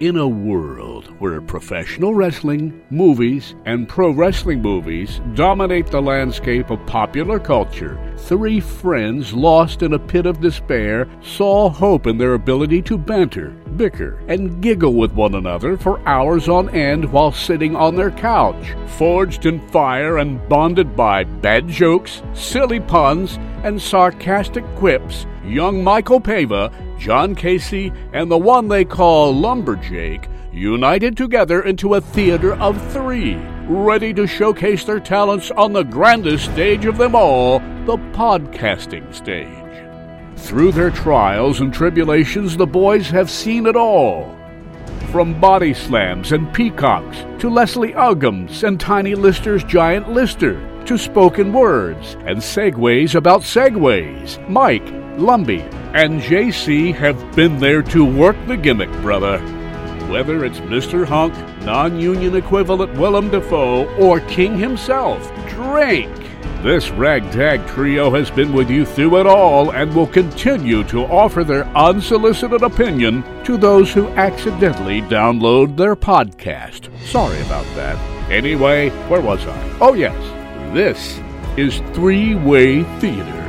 In a world where professional wrestling, movies, and pro wrestling movies dominate the landscape of popular culture, three friends lost in a pit of despair saw hope in their ability to banter, bicker, and giggle with one another for hours on end while sitting on their couch. Forged in fire and bonded by bad jokes, silly puns, and sarcastic quips, young Michael Pava, John Casey, and the one they call Lumberjake united together into a theater of three, ready to showcase their talents on the grandest stage of them all, the podcasting stage. Through their trials and tribulations, the boys have seen it all. From body slams and peacocks to Leslie Uggams and Tiny Lister's Giant Lister to spoken words and segues about segues, Mike, Lumby, and JC have been there to work the gimmick, brother. Whether it's Mr. Hunk, non union equivalent Willem Dafoe, or King himself, Drake. This ragtag trio has been with you through it all and will continue to offer their unsolicited opinion to those who accidentally download their podcast. Sorry about that. Anyway, where was I? Oh, yes, this is Three Way Theater.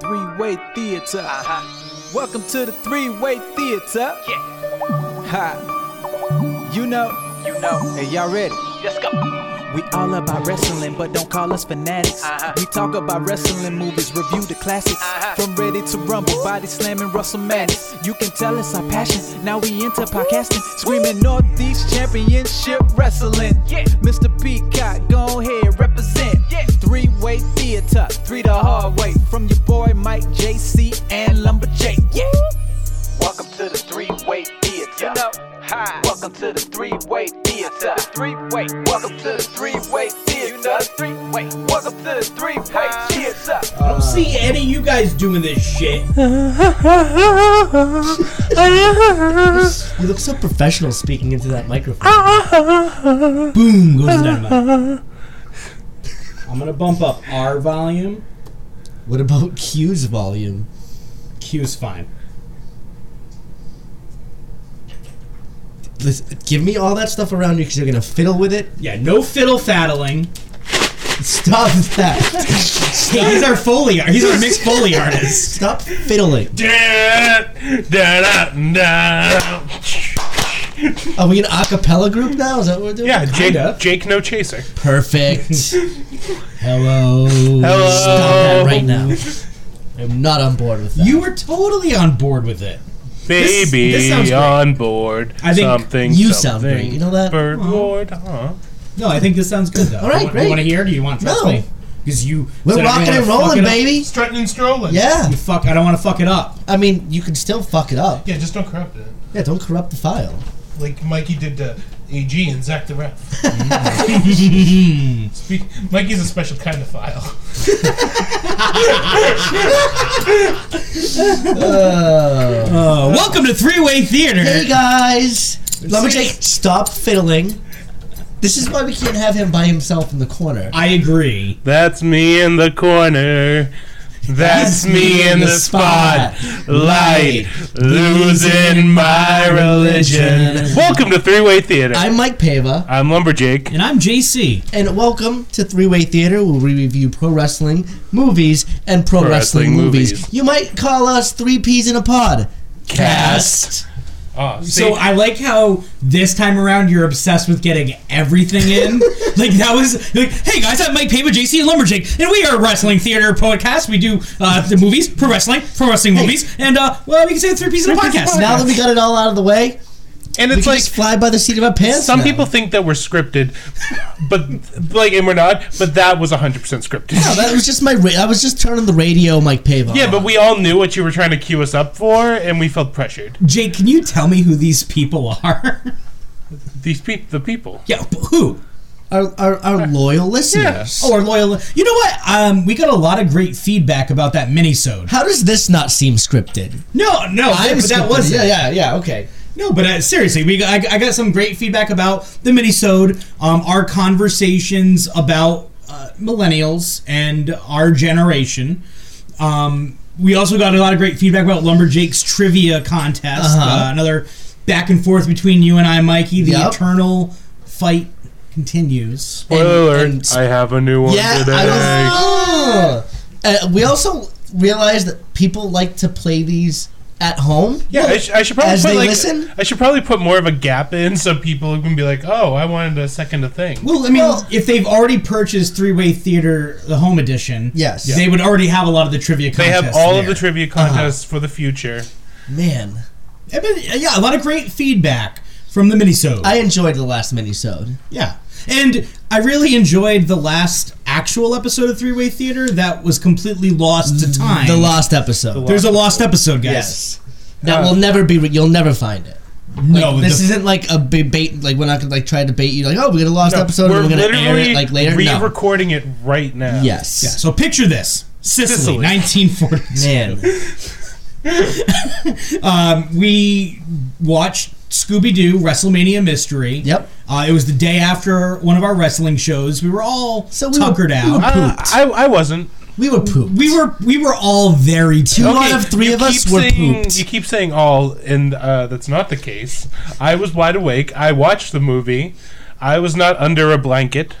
Three Way Theater. Uh-huh. Welcome to the Three Way Theater. Yeah, Ha. You know, you know. hey, y'all ready? Let's go. We all about wrestling, but don't call us fanatics. Uh-huh. We talk about wrestling movies, review the classics. Uh-huh. From Ready to Rumble, Body Slamming, Russell Madness. You can tell it's our passion. Now we into podcasting, screaming Northeast Championship Wrestling. Yeah. Mr. Peacock, go ahead, represent. Yeah. Three way theater, three the hard way. From your boy Mike, JC, and Lumberjack. Yeah. Welcome to the three-way theater. You know, hi. Welcome to the three-way theater. Three way. Welcome to the three-way theater. You know, three-way. Welcome to the three-way theater. I don't see any of you guys doing this shit. Boom You look so professional speaking into that microphone. Boom goes the dynamite. I'm gonna bump up our volume. What about Q's volume? Q's fine. Listen, give me all that stuff around you because you're gonna fiddle with it. Yeah, no fiddle faddling. Stop that! Hey, he's our foley art. He's our mixed foley artist. Stop fiddling! Are we an a cappella group now? Is that what we're doing? Yeah, Jake, of. Jake No Chaser. Perfect. Hello. Hello. Stop that right now. I'm not on board with that. You were totally on board with it. This- Baby this sounds great. on board. I think something, you sound something. great. You know that? Bird ward, huh? No, I think this sounds good though. All right, you, great. You want to hear? Do you want to trust No. me? Because you We're said I rocking don't and wanna fuck rolling, it up. baby. Strutting and strolling. Yeah. You fuck. I don't want to fuck it up. I mean, you can still fuck it up. Yeah, just don't corrupt it. Yeah, don't corrupt the file. Like Mikey did to AG and Zach the Ref. Speak- Mikey's a special kind of file. Uh, welcome to Three Way Theater. Hey guys, Lumberjack, stop fiddling. This is why we can't have him by himself in the corner. I agree. That's me in the corner. That's me in the spot. Light. Losing my religion. Welcome to Three Way Theater. I'm Mike Pava, I'm Lumberjake. And I'm JC. and welcome to Three Way Theater, where we review pro wrestling movies and pro, Pro wrestling, wrestling movies. movies. You might call us three peas in a pod. Cast. Oh, see, So I like how this time around you're obsessed with getting everything in. like that was like, hey guys, I'm Mike Pava, JC, and Lumberjack, and we are a wrestling theater podcast. We do uh, the movies, pro wrestling, pro wrestling movies, and uh, well, we can say three pieces of a podcast. Now that we got it all out of the way, and we it's can like just fly by the seat of our pants. Some now. people think that we're scripted, but like, and we're not. But that was 100% scripted. No, that was just my. Ra- I was just turning the radio, Mike Pava. yeah, but on. we all knew what you were Mm, trying to cue us up for, and we felt pressured. Jake, can you tell me who these people are? These people, the people. Yeah, but who? Our, our, our loyal listeners. Yes. Oh, our loyal. You know what? Um, we got a lot of great feedback about that minisode. How does this not seem scripted? No, no, but that scripted. wasn't. Yeah, yeah, yeah. Okay. No, but uh, seriously, we got, I, I got some great feedback about the minisode, um, our conversations about uh, millennials and our generation. Um, we also got a lot of great feedback about Lumberjake's trivia contest. Uh-huh. Uh, another back and forth between you and I, Mikey. The Yep. eternal fight continues. Spoiler alert, and- I have a new one Yeah, today. I was. Uh, we also realized that people like to play these at home. yeah, I, sh- I should probably As put they like listen? I should probably put more of a gap in so people can be like, "Oh, I wanted a second to think." Well, I mean, Well- if they've already purchased Three Way Theater, the home edition, Yes. they would already have a lot of the trivia. They have contests all of there. the trivia Uh-huh. contests for the future. Man, I mean, Eh, yeah, a lot of great feedback from the minisode. I enjoyed the last minisode. yeah, and I really enjoyed the last actual episode of Three Way Theater that was completely lost to time. The lost episode. There's a lost episode, guys. yes. That will never be. Re- you'll never find it. No, Like, this the- isn't like a debate. Like we're not gonna like try to bait you. Like oh, we got a lost No, episode. and We're gonna air it like later. No. re-recording it right now. Yes. Yeah, so picture this. Sicily, Sicily. 1940s. Man. We watched Scooby Doo WrestleMania Mystery. Yep. Uh, it was the day after one of our wrestling shows. We were all So we were- tuckered we out. were Uh, I, I wasn't. We were pooped. we were we were all very two Okay. One of three you of us keep were saying, pooped. You keep saying all, and uh, that's not the case. I was wide awake. I watched the movie. I was not under a blanket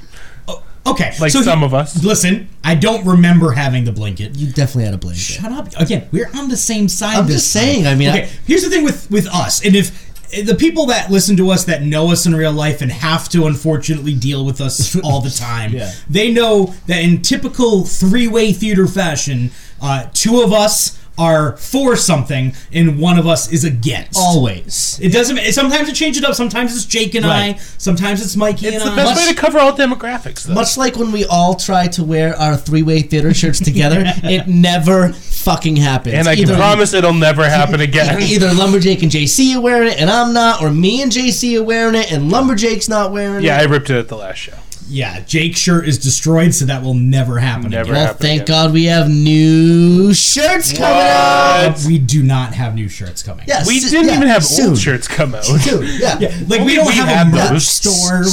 Okay, like so he- some of us. Listen, I don't remember having the blanket. You definitely had a blame. game. Shut up. Again, we're on the same side. I'm this just time. saying, I mean, okay. I- here's the thing with with us, and if eh, the people that listen to us that know us in real life and have to unfortunately deal with us all the time, Yeah. they know that in typical three way theater fashion, uh, two of us are for something and one of us is against. Always. It doesn't. Sometimes it changes up. Sometimes it's Jake and I. Right. Sometimes it's Mikey It's and the I. best way to cover all demographics, though. Much like when we all try to wear our three-way theater shirts together, it never fucking happens. and I can Either- promise it'll never happen again. Either Lumberjake and JC are wearing it and I'm not, or me and JC are wearing it and Lumberjake's not wearing yeah, it. I ripped it at the last show. Yeah, Jake's shirt is destroyed, so that will never happen. Never Well, happened thank again. God we have new shirts coming out. again. What? We do not have new shirts coming. Yes, We so- didn't yeah, even have soon. old shirts come out. Soon, yeah. Yeah, like Only we don't we have, have a merch those. store. We don't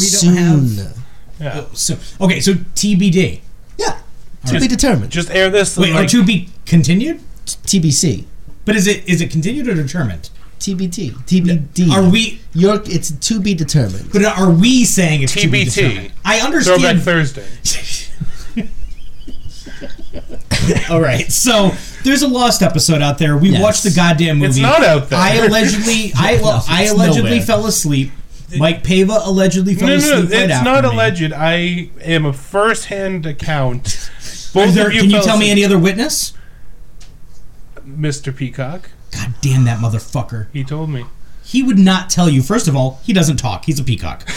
soon. have. Yeah. So okay, so TBD. Yeah. To be determined. Just air this. and, Wait, like, or to be continued? TBC. But is it is it continued or determined? TBT. TBD. Are we? York, it's to be determined. But are we saying it's To be TBT. determined? I Throwback understand. Thursday. All right, so there's a lost episode out there. We Yes. watched the goddamn movie. It's not out there. I allegedly, I, well, I it's allegedly nowhere. fell asleep. Mike Pava allegedly fell No, no, asleep. no. right It's after not me. alleged. I am a first-hand account. Is Both Oh, there- of you can you fellas- tell me any other witness? Mr. Peacock? God damn that motherfucker. He told me. He would not tell you. First of all, he doesn't talk. He's a peacock.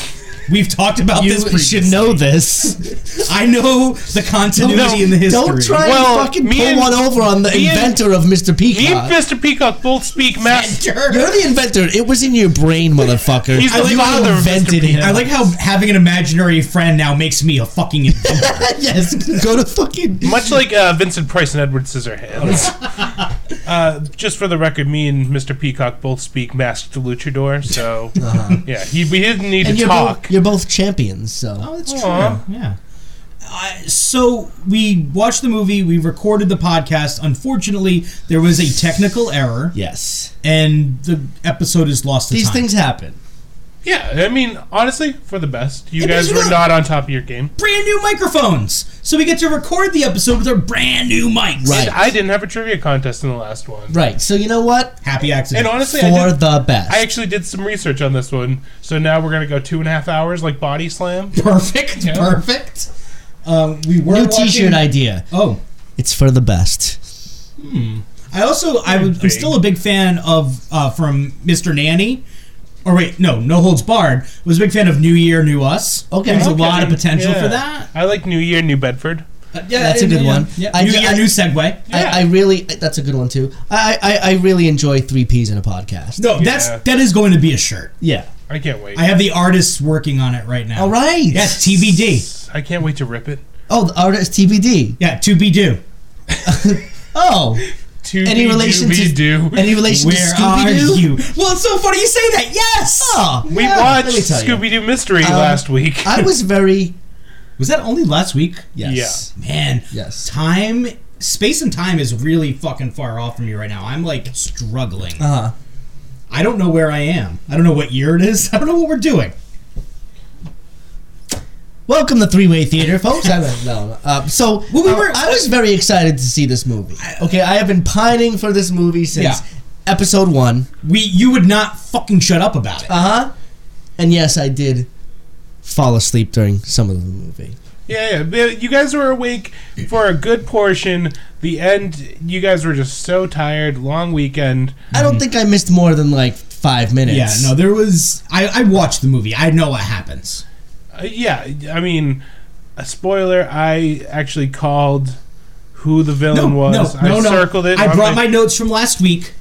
We've talked about You this. should previously. know this. I know the continuity in the history. Don't try Well, and fucking me pull and- one over on the me and- inventor of Mr. He and Peacock. Mr. Peacock both speak math. You're the inventor. It was in your brain, motherfucker. He's the you father of Mr. invented Peacock. him. I like how having an imaginary friend now makes me a fucking. inventor. yes, go to fucking. Much like uh, Vincent Price and Edward Scissorhands. uh, just for the record, me and Mr. Peacock both speak masked luchador, so Uh-huh. yeah, he, we didn't need And to you're talk. both, you're both champions, so. Oh, that's Aw. Yeah. Uh, so we watched the movie. We recorded the podcast. Unfortunately, there was a technical error, Yes. and the episode is lost. To These time. things happen. yeah, I mean, honestly, for the best. You Yeah, but guys you were know- not on top of your game. brand new microphones, so we get to record the episode with our brand new mics. Right. I didn't have a trivia contest in the last one. Right, so you know what? Happy accident. And honestly, I For did, the best. I actually did some research on this one, so now we're gonna go two and a half hours like Body Slam. Perfect. Yeah. Perfect. Um, we were New watching- t-shirt idea. Oh, It's for the best. I also I was, I'm Big. still a big fan of uh, from Mr. Nanny. Or wait, no, No Holds Barred was a big fan of New Year, New Us. Okay. there's a Okay. lot of potential Yeah. for that. I like New Year, New Bedford. Uh, yeah, That's a yeah, good yeah, one. Yeah. I new ju- year, I- new segue. Yeah. I, I really that's a good one too. I, I I really enjoy three P's in a podcast. No, that's Yeah. that is going to be a shirt. Yeah. I can't wait. I have the artists working on it right now. All right. Yes, TBD. I can't wait to rip it. Oh, the artist TBD. Yeah, to be do. Oh, To any relation to do. any relation to Where are Scooby Doo? you? Well, it's so funny you say that. Yes. Oh, we yeah, watched let me tell you. Scooby Doo Mystery Um, last week. I was very Was that only last week? yes, Man, yes. time, space, and time is really fucking far off from me right now. I'm like struggling. Uh huh. I don't know where I am. I don't know what year it is. I don't know what we're doing. Welcome to Three Way Theater, folks. I don't know. Uh, so Well, we uh, were- I was very excited to see this movie. Okay, I have been pining for this movie since Yeah. episode one. We, you would not fucking shut up about it. Uh huh. And yes, I did fall asleep during some of the movie. Yeah, yeah. The- You guys were awake for a good portion. The end, you guys were just so tired. Long weekend. I don't think I missed more than like five Mm-hmm. yeah, minutes. no, there was. I, I watched the movie. I know what happens. Uh, yeah, I mean, a spoiler. I actually called who the villain was. I circled it. I on brought my notes from last week.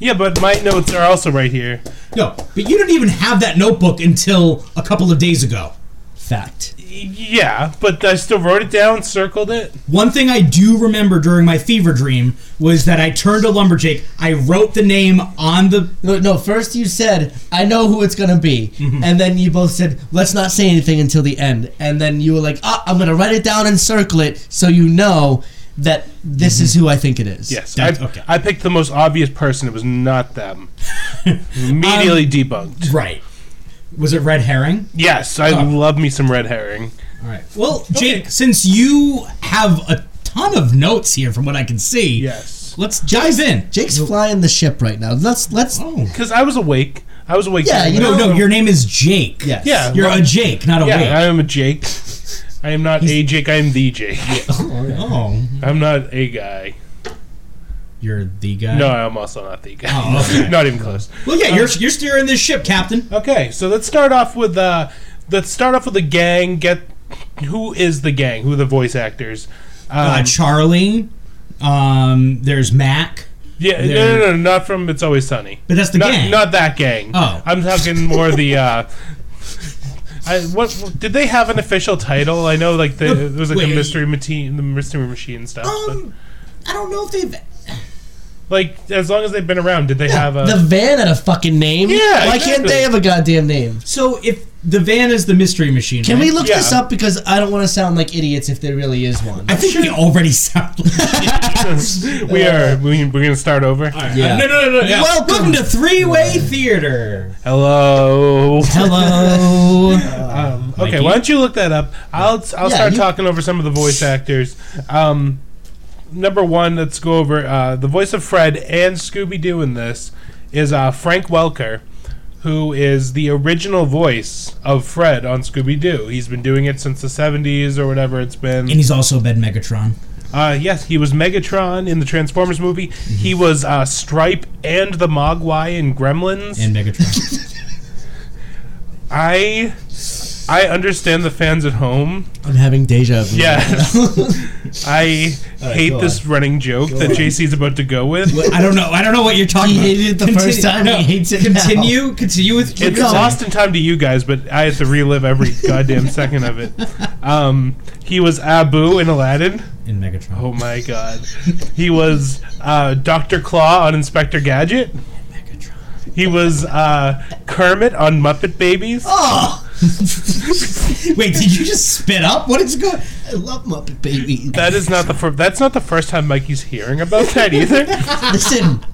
Yeah, but my notes are also right here. No, but you didn't even have that notebook until a couple of days ago. fact. Yeah, but I still wrote it down, circled it. One thing I do remember during my fever dream was that I turned to Lumberjack. I wrote the name on the. No, no, first you said, I know who it's gonna be. Mm-hmm. And then you both said, let's not say anything until the end. And then you were like, ah, I'm gonna write it down and circle it so you know that this Mm-hmm. is who I think it is. Yes, That's- I, okay. I picked the most obvious person. It was not them. Um, Immediately debunked. Right. Was it Red Herring? Yes, I Oh. love me some red herring. All right. Well, Jake, since you have a ton of notes here from what I can see, Yes, let's dive in. Jake's flying the ship right now. Let's let's Oh. because I was awake. I was awake. Yeah, during you that. No, no, your name is Jake. Yes. Yeah. You're a Jake, not a Yeah, Wake. I am a Jake. I am not a Jake. I am the Jake. oh, I'm not a guy. you're the guy. No, I'm also not the guy. Oh, okay. not even close. Well, yeah, you're you're steering this ship, Captain. Okay, so let's start off with uh, let's start off with the gang. Get who is the gang? Who are the voice actors? Uh, Um, Charlie. Um, there's Mac. yeah, no, there- no, no, not from It's Always Sunny. But that's the not, gang. Not that gang. Oh. I'm talking more the. Uh, I, what did they have an official title? I know, like the, The- it was like wait. a mystery machine, the mystery machine stuff. but- Um, I don't know if they've. like as long as they've been around, did they have a? the van had a fucking name. Yeah, Why can't exactly. they have a goddamn name? So if the van is the mystery machine, Can right? we look Yeah. this up because I don't want to sound like idiots if there really is one. I think we already sound. Like we are. We, we're gonna start over. Yeah. no, no, no, no. Welcome. Welcome to Three Way Theater. Hello. Hello. Um, okay, Mikey? why don't you look that up? I'll I'll Yeah, start you- talking over some of the voice actors. Um, number one, let's go over uh, the voice of Fred and Scooby Doo in this is uh, Frank Welker, who is the original voice of Fred on Scooby Doo. He's been doing it since the '70s or whatever it's been. And he's also been Megatron. Uh, yes, he was Megatron in the Transformers movie. Mm-hmm. He was uh, Stripe and the Mogwai in Gremlins. And Megatron. I I understand the fans at home. I'm having deja vu. Yes, I hate go this running joke that JC's about to go with. I don't know. I don't know what you're talking He about. hated it the first time, he hates it now. continue. Continue with. It's lost in time to you guys, but I have to relive every goddamn second of it. Um, he was Abu in Aladdin. in Megatron. Oh my god. He was uh, Dr. Claw on Inspector Gadget. He was uh, Kermit on Muppet Babies. Oh, Wait, did you just spit up? What is going? I love Muppet Baby. That is not the fir- that's not the first time Mikey's hearing about that either. Listen,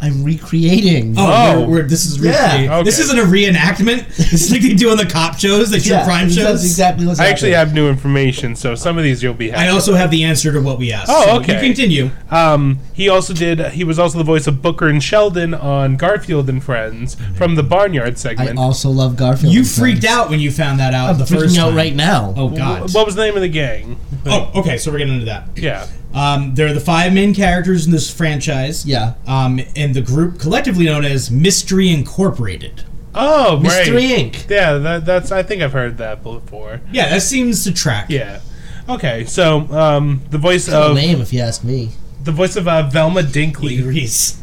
I'm recreating. Oh, Oh. we're, we're, this is really, Yeah. Okay. this isn't a reenactment. This is like they do on the cop shows, the true crime shows. That's exactly what's I actually happening. have new information, so some of these you'll be I happy. also have the answer to what we asked. Oh, so okay. You continue. Um, he also did. He was also the voice of Booker and Sheldon on Garfield and Friends from the Barnyard I uh, segment. also love Garfield. You and freaked Friends. out when you found that out I'm the freaking first out time. right now. Oh God. What was the name of the gang? oh, okay. So we're getting into that. Yeah, Um, there are the five main characters in this franchise. Yeah. Um, and the group collectively known as Mystery Incorporated. Oh, Mystery right. Inc. Yeah, that, that's. I think I've heard that before. Yeah, that seems to track. Yeah. Okay. So um, the voice Cool of name, if you ask me. the voice of uh, Velma Dinkley. Degrees.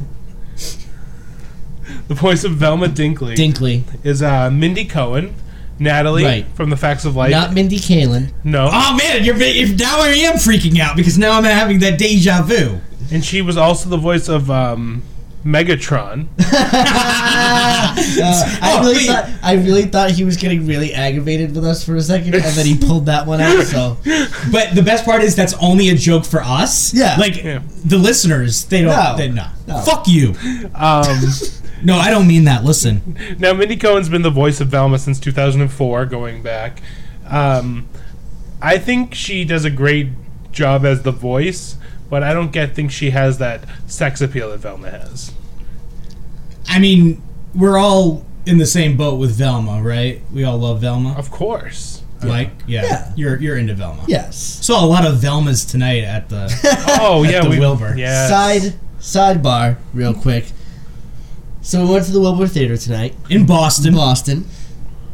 The voice of Velma Dinkley Dinkley, is uh, Mindy Cohen, Natalie Right. from The Facts of Life. not Ah! Mindy Kaling. no, Oh man, you're if now I am freaking out because now I'm having that deja vu. and she was also the voice of um, Megatron. Uh, I Oh, really wait. thought I really thought he was getting really aggravated with us for a second, and then he pulled that one out. So But the best part is that's only a joke for us. Yeah. Like Yeah. the listeners, they don't. No. They, no. No. Fuck you. Um, No, I don't mean that. Listen. now, Mindy Cohen's been the voice of Velma since 2004, going back. Um, I think she does a great job as the voice, but I don't get think she has that sex appeal that Velma has. I mean, we're all in the same boat with Velma, right? We all love Velma. Of course. Like, yeah, Yeah. You're you're into Velma. yes. Saw a lot of Velmas tonight at the. Oh yeah, the we Wilbur. Yeah. Side sidebar, real quick. So we went to the Wilbur Theater tonight in Boston. in Boston.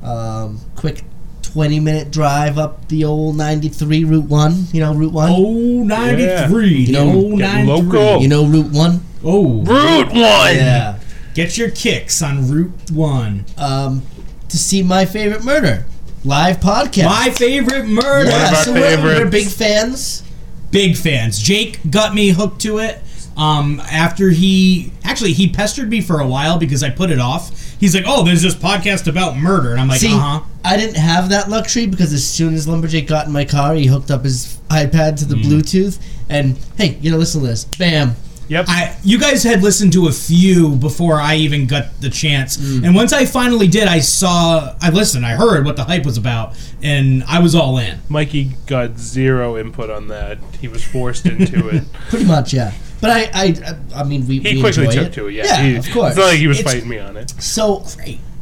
Um, quick, twenty minute drive up the old ninety three Route One. You know Route One. Oh, 93. You know, Oh, get 93. local. You know Route One. Oh, Root one. Yeah. get your kicks on Route 1. Um, to see my favorite murder live podcast. My favorite murder. yeah, of our so we're, we're favorites. big fans. big fans. Jake got me hooked to it. Um, after he actually he pestered me for a while because I put it off. He's like, "Oh, there's this podcast about murder," and I'm like, See, "Uh uh-huh. huh." I didn't have that luxury because as soon as Lumberjack got in my car, he hooked up his iPad to the Mm. Bluetooth, and hey, you know, listen to this. Bam. Yep. I you guys had listened to a few before I even got the chance, and once I finally did, I saw, I listened, I heard what the hype was about, and I was all in. Mikey got zero input on that. He was forced into it. Pretty much, yeah. But I, I, I mean, we He we quickly enjoy took it. to it. Yeah, yeah, He- of course. It's not like he was It's- fighting me on it. So,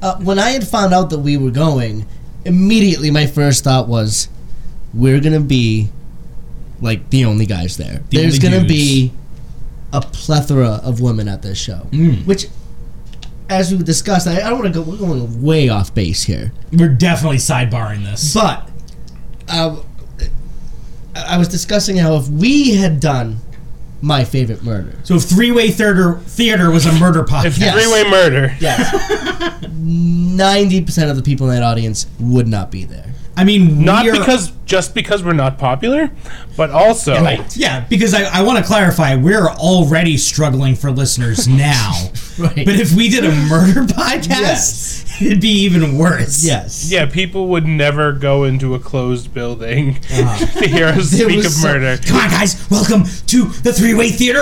uh, when I had found out that we were going, immediately my first thought was, we're gonna be like the only guys there. The There's only gonna dudes. be a plethora of women at this show, Hmm. which. As we discussed, I, I don't want to go. We're going way off base here. We're definitely sidebarring this. But uh, I was discussing how if we had done my favorite murder, So if three way theater theater was a murder If podcast, Yes. three-way murder, ninety percent of the people in that audience would not be there. I mean, not we're- because just because we're not popular, but also Yeah, because I, I want to clarify, we're already struggling for listeners now. Right. But if we did a murder podcast, Yes. it'd be even worse. Yes. yeah, people would never go into a closed building to hear us There speak Uh-huh. was of so- murder. Come on, guys. Welcome to the Three Way Theater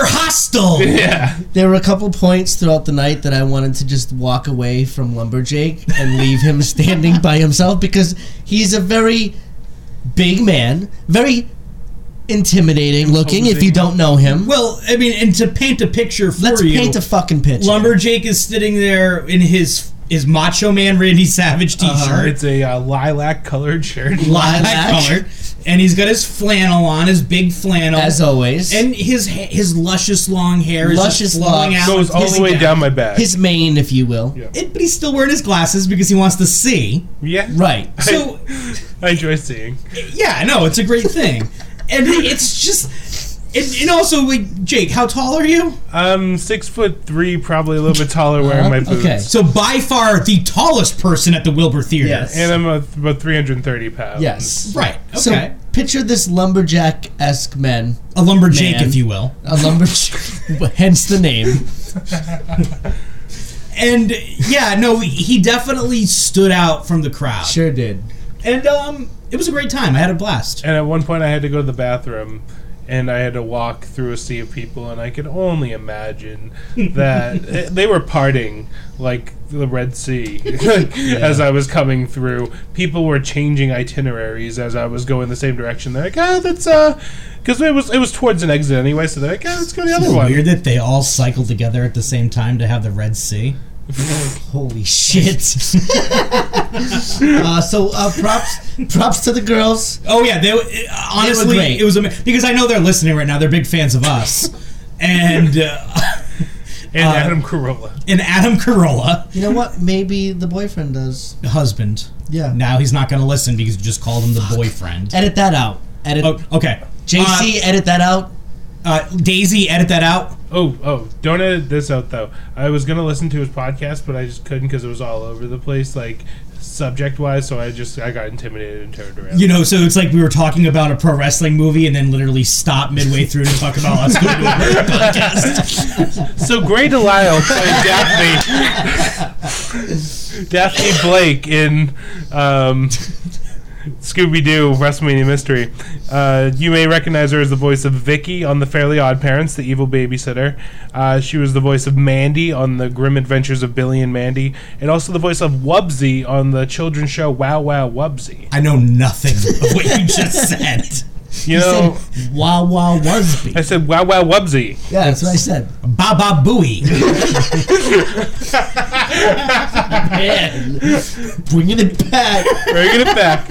Hostel. Yeah, There were a couple points throughout the night that I wanted to just walk away from Lumberjake and leave him standing by himself because he's a very big man, very intimidating looking if you don't know him. Well, I mean, and to paint a picture for Let's you, paint a fucking picture. Lumberjake is sitting there in his his Macho Man Randy Savage Uh-huh. T-shirt, it's a uh, lilac-colored shirt. lilac Lilac. color, and he's got his flannel on, his big flannel, as always. and his ha- his luscious long hair is Luscious just flowing locks. out, Goes all the way down. down my back. his mane, if you will. It, but he's still wearing his glasses because he wants to see. yeah, Right. So, I enjoy seeing. yeah, no, it's a great thing. And it- it's just. And, and also, like, Jake, how tall are you? Um, six foot three, probably a little bit taller wearing my boots. okay. So, by far, the tallest person at the Wilbur Theater. Yes. And I'm a, about 330 pounds. Yes. um, Right, So okay. picture this lumberjack esque man, A lumberjake, Man. if you will. a lumberjack, hence the name. And, yeah, no, he definitely stood out from the crowd. Sure did. And, um, it was a great time. I had a blast. And at one point, I had to go to the bathroom, and I had to walk through a sea of people, and I could only imagine that eh, they were parting like the Red Sea as I was coming through. People were changing itineraries as I was going the same direction. They're like, "Ah, that's uh," because it was it was towards an exit anyway. So they're like, "Ah, let's go to the other It's one." weird that they all cycled together at the same time to have the Red Sea. Holy shit. uh, so uh, props props to the girls. Oh yeah, they honestly great. it was ama- because I know they're listening right now. They're big fans of us, and uh, And Adam Carolla. and Adam Carolla, You know what? Maybe the boyfriend does. husband. Yeah. Now he's not going to listen because you just called him the boyfriend. Edit that out. Edit Oh, okay. JC, edit that out. Uh, uh, Daisy, edit that out. Oh, oh, don't edit this out though. I was gonna listen to his podcast, but I just couldn't because it was all over the place, like subject wise. So I just I got intimidated and turned around. You know, so it's like we were talking about a pro wrestling movie and then literally stop midway through to talk about us doing a podcast. So Gray Delisle played Daphne, Daphne Blake in um, Scooby Doo WrestleMania Mystery. Uh, you may recognize her as the voice of Vicky on The Fairly Odd Parents, the evil babysitter. Uh, she was the voice of Mandy on The Grim Adventures of Billy and Mandy, and also the voice of Wubsy on the children's show Wow Wow Wubsy. I know nothing of what you just said. You know, said Wah Wah I Wasby. said Wow Wow Wubsy. Yeah, that's what I said. Baba Booey. Man, bringing it back. Bringing it back.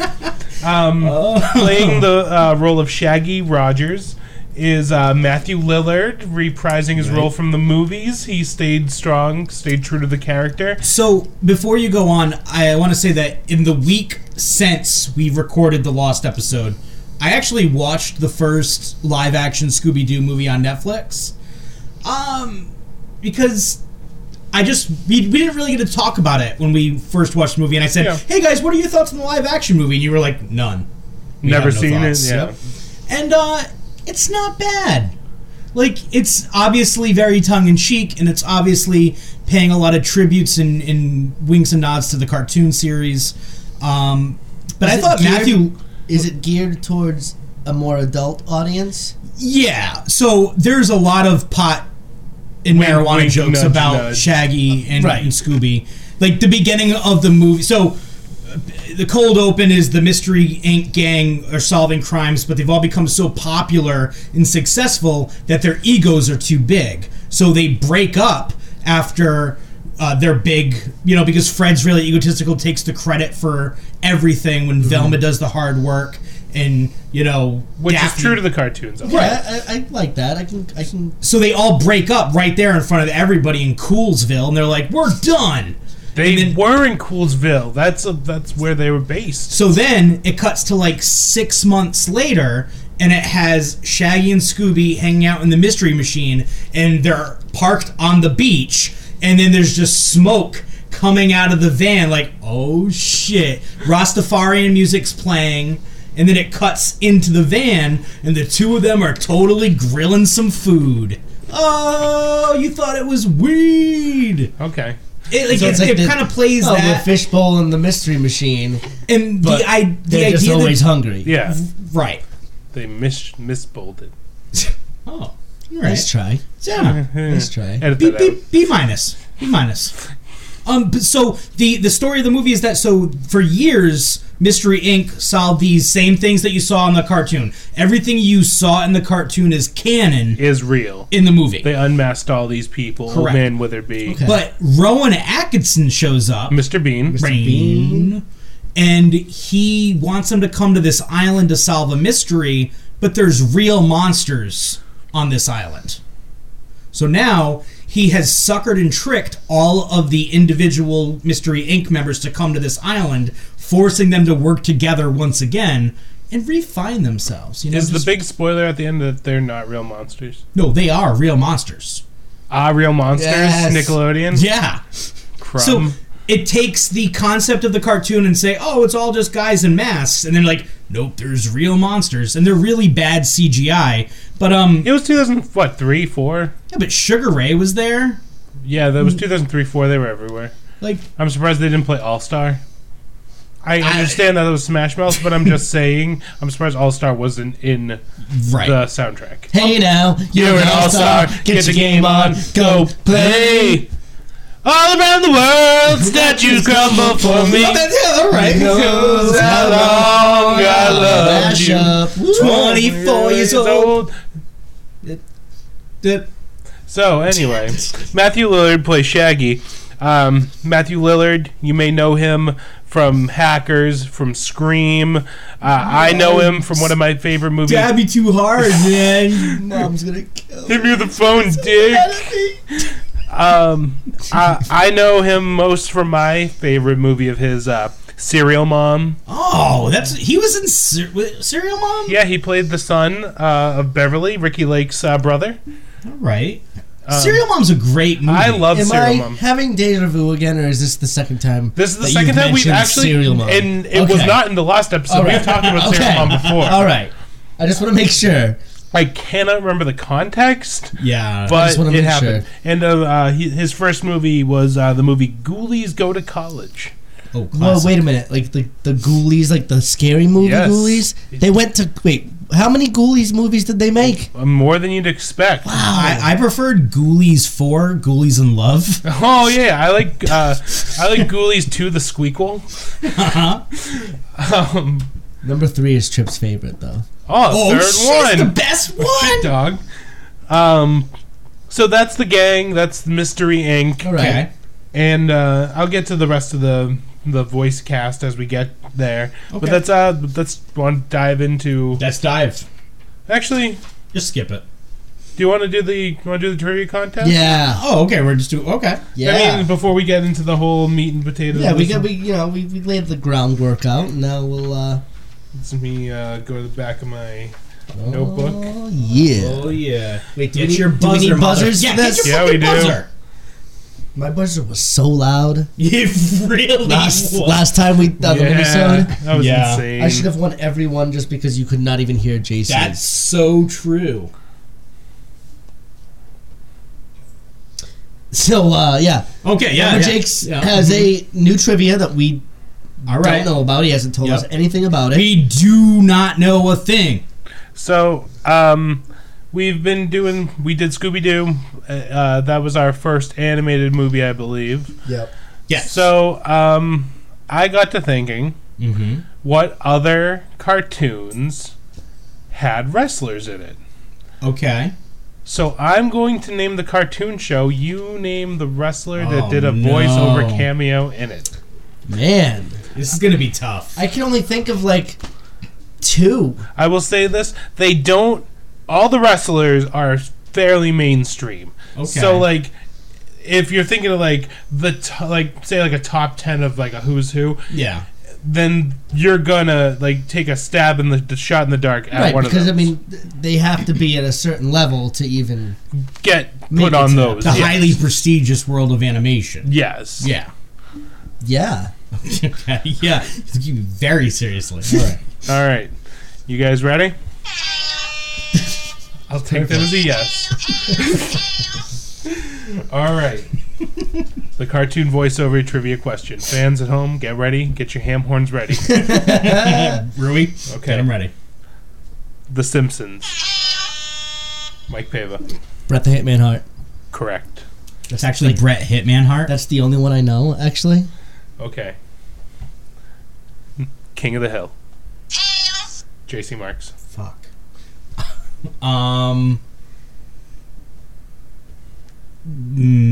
Um, Oh. Playing the uh, role of Shaggy Rogers is uh, Matthew Lillard, reprising his role from the movies. He stayed strong, stayed true to the character. So before you go on, I want to say that in the week since we recorded the Lost episode, I actually watched the first live action Scooby Doo movie on Netflix. Um, because I just we, we didn't really get to talk about it when we first watched the movie, and I said, Yeah. "Hey guys, what are your thoughts on the live action movie?" And you were like, "None." We Never have no seen thoughts." it. Yeah. Yep. and uh, it's not bad. Like it's obviously very tongue in cheek, and it's obviously paying a lot of tributes and, and winks and nods to the cartoon series. Um, but Is I it thought geared- Matthew, Is it geared towards a more adult audience? yeah. So there's a lot of pot and Wink, marijuana wink, jokes nudge, about nudge. Shaggy and, Right. and Scooby. Like the beginning of the movie. So uh, the cold open is the mystery ink gang are solving crimes, but they've all become so popular and successful that their egos are too big. So they break up after uh, their big, you know, because Fred's really egotistical, takes the credit for everything when Velma does the hard work, and you know, Which Daphne- is true to the cartoons. Yeah, I, I, I like that. I can, I can. so they all break up right there in front of everybody in Coolsville, and they're like, "We're done." They And then- were in Coolsville. That's a, that's where they were based. So then it cuts to like six months later, and it has Shaggy and Scooby hanging out in the Mystery Machine, and they're parked on the beach, and then there's just smoke coming out of the van, like, "Oh shit!" Rastafarian music's playing. And then it cuts into the van, and the two of them are totally grilling some food. Oh, you thought it was weed. Okay. It, like, So it's, it's like it the- kind of plays Oh, the that, fishbowl and the mystery machine. and But the, I, the They're idea just that- always hungry. Yeah. right. They mis misbolded. Oh, all right. Nice try. Yeah, Nice try. Edit B, that out. B, B minus, B minus. Um, but so the the story of the movie is that so for years, Mystery Inc. solved these same things that you saw in the cartoon. Everything you saw in the cartoon is canon Is real. in the movie. They unmasked all these people. Old Correct. Man Witherby, Okay. But Rowan Atkinson shows up. Mr. Bean. Brain. And he wants them to come to this island to solve a mystery, but there's real monsters on this island. So now he has suckered and tricked all of the individual Mystery Inc. members to come to this island, forcing them to work together once again and refine themselves. You know, Is the just- big spoiler at the end that they're not real monsters? no, they are real monsters. Ah, real monsters. Yes. Nickelodeon. Yeah. Crumb. So it takes the concept of the cartoon and say, oh, it's all just guys in masks, and then like, nope, there's real monsters, and they're really bad CGI. But um, it was 2000 what three four? yeah, but Sugar Ray was there. Yeah, that was Mm. 2003 four. They were everywhere. Like, I'm surprised they didn't play All Star. I I- understand that it was Smash Mouth, but I'm just saying I'm surprised All Star wasn't in the right? soundtrack. Hey now, you're, an all-star. Get, your game on. Go play. All around the world, statues crumble for me. Oh, that- yeah, all right. Knows how long I loved Mash you. up. Woo. 24 years old. That- So anyway, Matthew Lillard plays Shaggy. Um, Matthew Lillard, you may know him from Hackers, from Scream. Uh, I know him from one of my favorite movies. Dab me too hard, man. Mom's gonna kill Give me the phone, dick. me. Um, I, I know him most from my favorite movie of his, uh, Serial Mom. oh, that's he was in Ser- wi- Serial Mom. Yeah, he played the son uh, of Beverly, Ricky Lake's uh, brother. All right. Serial Mom's a great movie. I love Hmm. Am Serial I Mom. having deja vu again, or is this the second time? This is the that second you've time we've mentioned actually, Serial Mom? and it Okay. was not in the last episode. All right. We've talked about Okay. Serial Mom before. All right. I just want to make sure. I cannot remember the context, yeah. but just wanna it make happened. sure. And uh, uh, he, his first movie was uh, the movie Ghoulies Go to College. oh, Well, classic. wait a minute. Like the the Ghoulies, like the scary movie Yes. Ghoulies. They went to wait. How many Ghoulies movies did they make? Uh, More than you'd expect. I, I preferred Ghoulies 4, Ghoulies in Love. Oh yeah, I like uh, I like Ghoulies to the Squeakle. Uh-huh. um, Number three is Trip's favorite though. oh, third she's one, the best one. dog. Um, so that's the gang. That's Mystery Inc. All right. Okay. and uh, I'll get to the rest of the the voice cast as we get there. But Okay. that's uh, that's want to dive into. Let's dive. Actually, do Just skip it. you want to do the you want to do the trivia contest? Yeah. Oh, okay. We're just doing. Okay. Yeah. I mean, before we get into the whole meat and potatoes. yeah, we let's- got we you know we, we laid the groundwork out. Now we'll uh Let's me uh, go to the back of my notebook. oh yeah. Oh, yeah. Wait, Get your buzzer. do we need mother. buzzers? Yeah, for this? get your Yeah, fucking we do. buzzer. My buzzer was so loud It really last was. last time we done the episode. that was Yeah. insane. I should have won every one just because you could not even hear Jason. That's so true. so uh yeah. Okay, yeah. Robert yeah. Jakes Yeah. has a new trivia that we All don't right. know about. He hasn't told Yep. us anything about it. We do not know a thing. So, um, we've been doing. We did Scooby Doo. Uh, uh, that was our first animated movie, I believe. Yep. Yes. So, um, I got to thinking. Mm-hmm. what other cartoons had wrestlers in it. Okay. So I'm going to name the cartoon show. You name the wrestler Oh, that did a no. voiceover cameo in it. Man. This is gonna be tough. I can only think of like two. I will say this: they don't. All the wrestlers are fairly mainstream. So Okay. like. If you're thinking of like the t- like say like a top ten of like a who's who, yeah. then you're gonna like take a stab in the, the shot in the dark at Right, one because I of them. mean, th- they have to be at a certain level to even. Get Make put it on to those. The Yeah. highly prestigious world of animation. yes. Yeah. Yeah. okay. Yeah. You- Very seriously. All right. You guys ready? I'll take that as a yes. All right. The cartoon voiceover trivia question. Fans at home, get ready. Get your ham horns ready. Rui. Okay. Get him ready. The Simpsons. Mike Pava. Bret the Hitman Hart. Correct. That's actually Brett Hitman Hart. That's the only one I know, actually. Okay. King of the Hill. JC Marks. Fuck. Um.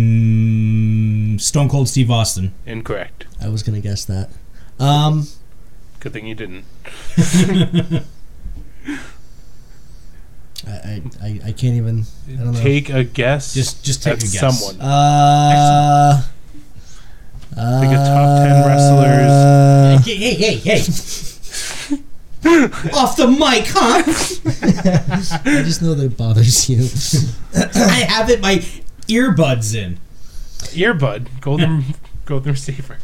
mm, Stone Cold Steve Austin. Incorrect. I was gonna guess that. Um, Good thing you didn't. I, I, I, I can't even. I don't know. Take a guess. Just- just take at a guess. Someone. uh. Think of top 10 wrestlers. wrestlers. Hey, hey, hey, hey. Off the mic, huh? I just know that it bothers you. I have it my earbuds in. Earbud. Golden. golden receiver.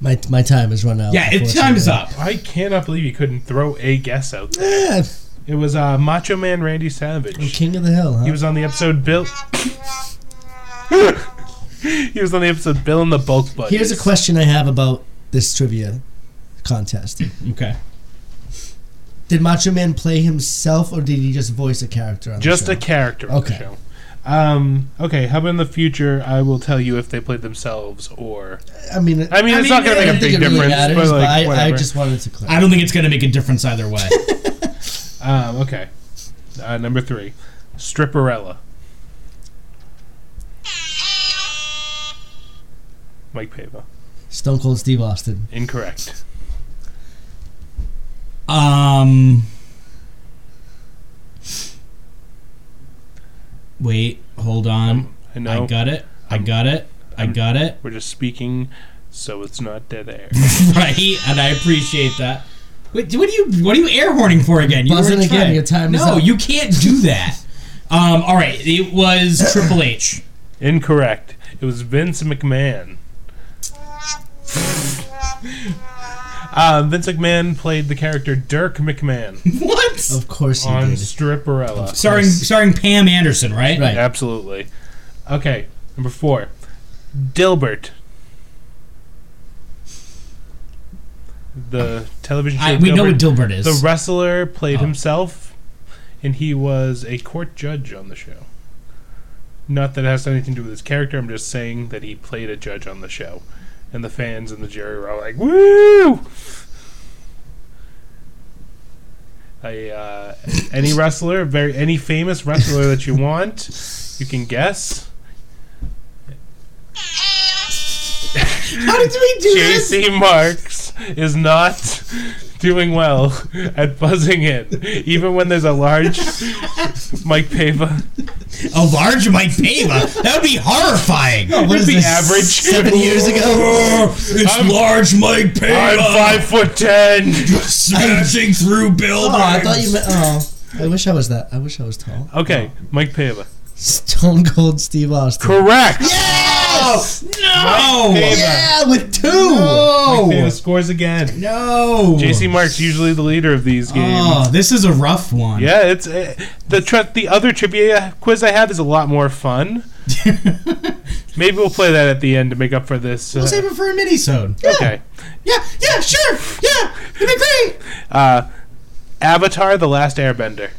My, my time has run out. Yeah, it time is up. I cannot believe you couldn't throw a guess out there. Yeah, It was uh, Macho Man Randy Savage. King of the Hill, huh? He was on the episode Bill. he was on the episode Bill and the Bulk Buddies. Here's a question I have about this trivia contest. Okay. Did Macho Man play himself, or did he just voice a character on Just the a show? character. Okay. Okay. The show. Um, okay. How about in the future? I will tell you if they played themselves or. I mean, I I mean, it's mean, not going to don't make a think big it really difference. matters, but like, but I, I whatever. just wanted to clarify. I don't think it's going to make a difference either way. Um, okay. Uh, number three, Stripperella. Mike Pava. Stone Cold Steve Austin. Incorrect. Um. Wait, hold on. I know. I got it. I got it. I got it. We're just speaking, so it's not dead air. Right, and I appreciate that. Wait, what are you? What are you air horning for again? You Buzzing already again, tried. your time is No, up. you can't do that. Um, all right, it was Triple H. Incorrect. It was Vince McMahon. uh, Vince McMahon played the character Dirk McMahon What? Of course he on did. Stripperella. Starring starring Pam Anderson, right? Right. Absolutely. Okay, number four. Dilbert. The television show. I, we know Dilbert. what Dilbert is. The wrestler played Oh. himself, and he was a court judge on the show. Not that it has anything to do with his character. I'm just saying that he played a judge on the show, and the fans and the jury were all like, "Woo!" A, uh, any wrestler, very any famous wrestler that you want, you can guess. How did we do this? JC Marks is not doing well at buzzing in, even when there's a large Mike Pava. a large Mike Pava. That would be horrifying. Oh, What is It'd be this, average. Seven years ago. It's large Mike I'm five foot ten. smashing through Oh, buildings. I thought you meant. Oh, I wish I was that. I wish I was tall. Okay, Mike Pava. Stone Cold Steve Austin. Correct. no. Mike Pava. Yeah, with two. Oh, Mike Pava scores again. No. JC Marks usually the leader of these games. Oh, this is a rough one. Yeah, it's uh, the tri- the other trivia quiz I have is a lot more fun. Maybe we'll play that at the end to make up for this. We'll uh, save it for a mini-sode. okay. Yeah, yeah, sure. Yeah, it'd be great. Uh, Avatar: The Last Airbender.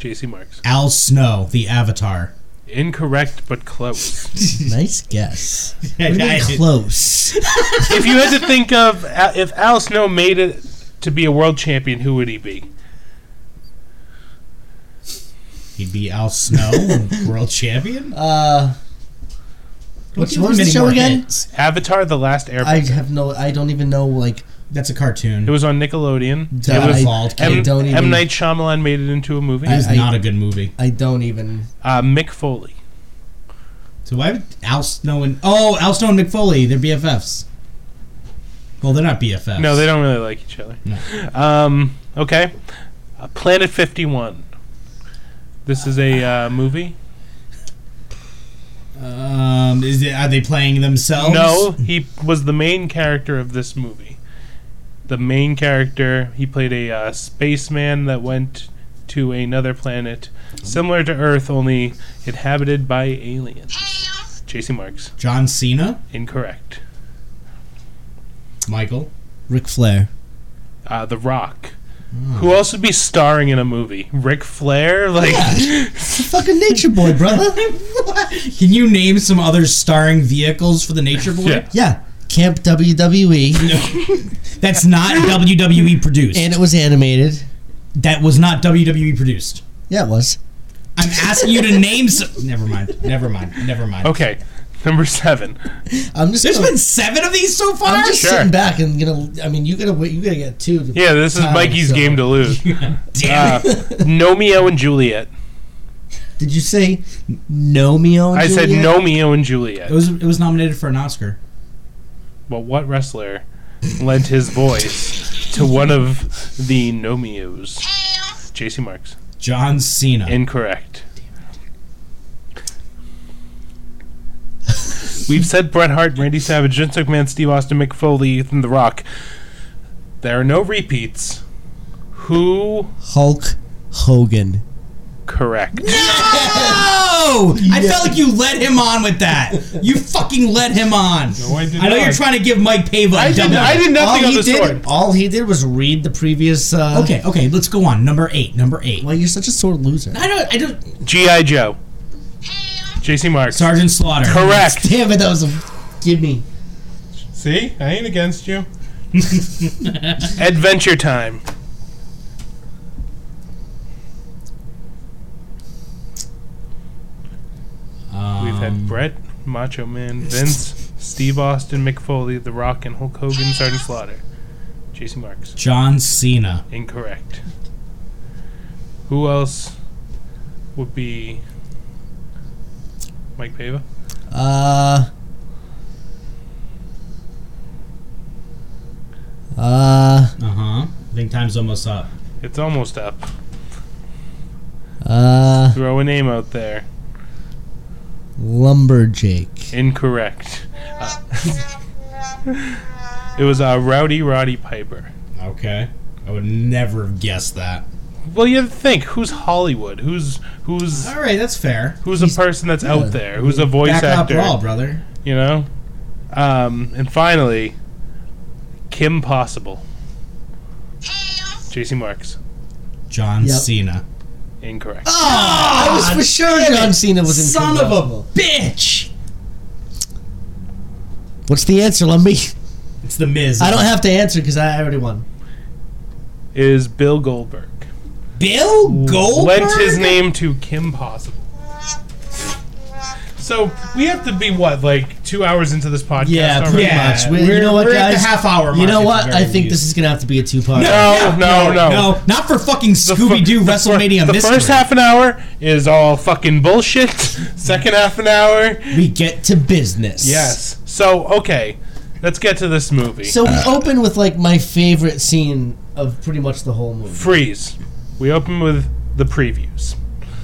JC Marks. Al Snow, the Avatar. Incorrect, but close. Nice guess. Yeah, We I- did close. if you had to think of uh, if Al Snow made it to be a world champion, who would he be? He'd be Al Snow, world champion. Uh, Don't what's, give what him was the any show more again? hints. Avatar: The Last Airbender. I have no. I don't even know. Like That's a cartoon. it was on Nickelodeon. that it was I, Vault. I M, don't even. M. Night Shyamalan made it into a movie. It was I- not a good movie. I don't even. Uh, Mick Foley. So why would Al Snow and oh Al Snow and McFoley? They're BFFs. Well, they're not BFFs. No, they don't really like each other. No. Um, okay. Uh, Planet 51. This is a uh, movie. Um, is it, are they playing themselves? Oh, No, he was the main character of this movie. The main character, he played a uh, spaceman that went to another planet similar to Earth, only inhabited by aliens. JC Marks, John Cena, incorrect. Michael. Ric Flair. Uh, the Rock, Hmm. who else would be starring in a movie? Ric Flair, like Fucking Nature Boy, brother. Can you name some other starring vehicles for the Nature Boy? Yeah. yeah. Camp WWE, That's not WWE produced. and it was animated. that was not WWE produced. Yeah, it was. I'm asking you to name some. Never mind. Never mind. Never mind. okay, number seven. I'm just. There's gonna, been seven of these so far. I'm just Sure. sitting back and gonna. I mean, you gotta wait. You gotta get two. to- Yeah, this is Time, Mikey's so- game to lose. Damn. Uh, Nomeo and Juliet. Did you say Nomeo? and I said Juliet? Nomeo and Juliet. it was it was nominated for an Oscar. Well, what wrestler lent his voice to one of the Nomeos? JC Marks. John Cena. Incorrect. We've said Bret Hart, Randy Savage, Vince McMahon, Steve Austin, Mick Foley, Ethan The Rock. There are no repeats. Who Hulk Hogan. correct? No! I felt like you let him on with that. You fucking let him on. No, I did know not. you're trying to give Mike Pava a I did, double. I did nothing all on he the did, sword. all he did was read the previous. Uh, Okay, okay, let's go on. Number eight. Number eight. Well, you're such a sore loser. I don't. I don't. G.I. Joe. JC Marks. Sergeant Slaughter. Correct. Damn it, that was a gimme. See, I ain't against you. Adventure Time. We've had Brett, Macho Man, Vince, Steve Austin, Mick Foley, The Rock, and Hulk Hogan, Sergeant Slaughter. Jason Marks. John Cena. Incorrect. Who else would be Mike Pava? Uh. Uh. Uh huh. I think time's almost up. It's almost up. Uh, Throw a name out there. lumberjake. Incorrect. Uh, it was uh, Rowdy Roddy Piper. Okay. I would never have guessed that. Well, you have to think who's Hollywood? Who's who's All right, that's fair. who's a person that's out there? Who's a voice Back actor? up raw, brother. You know. Um, and finally, Kim Possible. JC Marks. John Yep. Cena. Incorrect. I was for sure John Cena was in. Ah, Son Kung of Lao. a bitch! What's the answer, Lumby? It's the Miz. I don't have to answer because I already won. Is Bill Goldberg. Bill Goldberg. Lent his name to Kim Possible. So we have to be what, like two hours into this podcast? Yeah, already? pretty Yeah, much. We- we're- you know what, we're at guys? the half hour You mark know at what? the I very think least. this is gonna have to be a two-part. No, no, no. no, not for fucking The fu- Scooby Doo the WrestleMania fir- The mystery. first half an hour is all fucking bullshit. Second half an hour, We get to business. yes. So okay, let's get to this movie. So we open with like my favorite scene of pretty much the whole movie. Freeze. We open with the previews.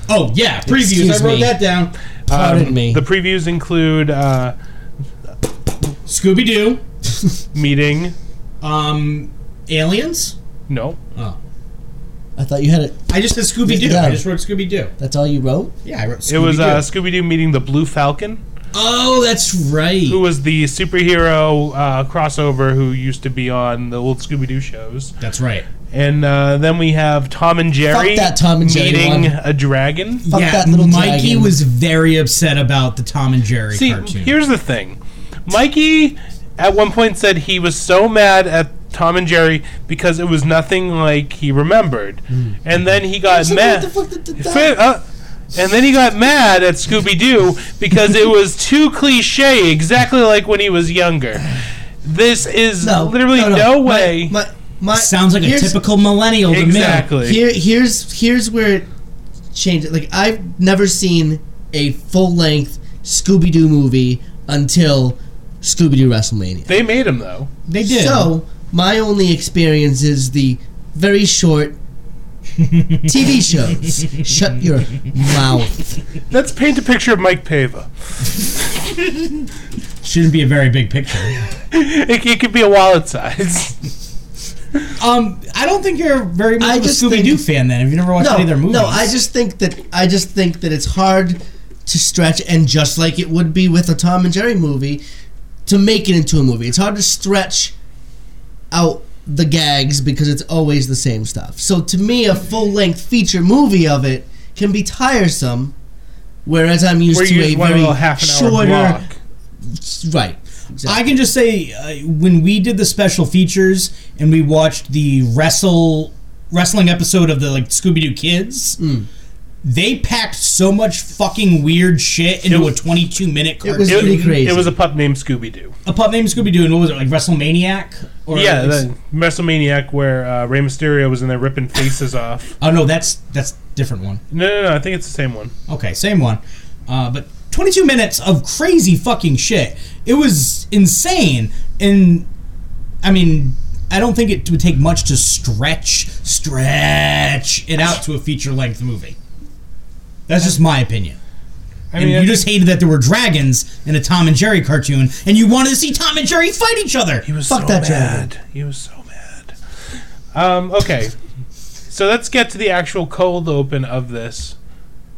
Oh yeah, previews. Excuse I wrote me. that down. Um, Pardon me. The previews include uh, Scooby Doo, meeting. um, aliens. No, Oh, I thought you had it. I just said Scooby Doo. Yeah. I just wrote Scooby Doo. That's all you wrote. Yeah, I wrote. Scooby-Doo. it was uh, Scooby Doo meeting the Blue Falcon. oh, that's right. who was the superhero uh, crossover who used to be on the old Scooby Doo shows. That's right. And uh, then we have Tom and Jerry that Tom and Jerry meeting one. a dragon. Fuck yeah, that little Mikey dragon. was very upset about the Tom and Jerry See, cartoon. here's the thing Mikey at one point said he was so mad at Tom and Jerry because it was nothing like he remembered. And then he got What mad. the fuck did- did Fi- that- uh, and then he got mad at Scooby Doo because it was too cliche, exactly like when he was younger. This is literally no, My- way. My, my- sounds like a here's- typical millennial to me. Exactly. Here, here's here's where it changed. Like I've never seen a full length Scooby Doo movie until Scooby Doo WrestleMania. They made him though. They did. So my only experience is the very short TV shows. Shut your mouth. Let's paint a picture of Mike Pava. Shouldn't be a very big picture. It, it could be a wallet size. um, I don't think you're very much I of a just Scooby Doo think- fan. Then, have you never watched No, any of their movies? no. I just think that I just think that it's hard to stretch, and just like it would be with a Tom and Jerry movie, to make it into a movie. It's hard to stretch out the gags because it's always the same stuff. So to me, a full length feature movie of it can be tiresome. Whereas I'm used Where to you a just want a very little half an hour shorter, block. right? I can just say uh, when we did the special features and we watched the wrestle wrestling episode of the like Scooby Doo Kids, Mm. they packed so much fucking weird shit into a 22 minute cartoon. was- Pretty crazy. it was a pup named Scooby Doo. a pup named Scooby Doo and what was it like WrestleManiac? Or Yeah, like, the WrestleManiac where uh, Rey Mysterio was in there ripping faces off. oh no, that's that's different one. No, no, no. I think it's the same one. Okay, same one. Uh, but 22 minutes of crazy fucking shit. It was insane. And I mean, I don't think it would take much to stretch stretch it out to a feature length movie. That's just my opinion. I And mean, you just hated that there were dragons in a Tom and Jerry cartoon, and you wanted to see Tom and Jerry fight each other. he was fuck so that mad. He was so mad. Um, okay, so let's get to the actual cold open of this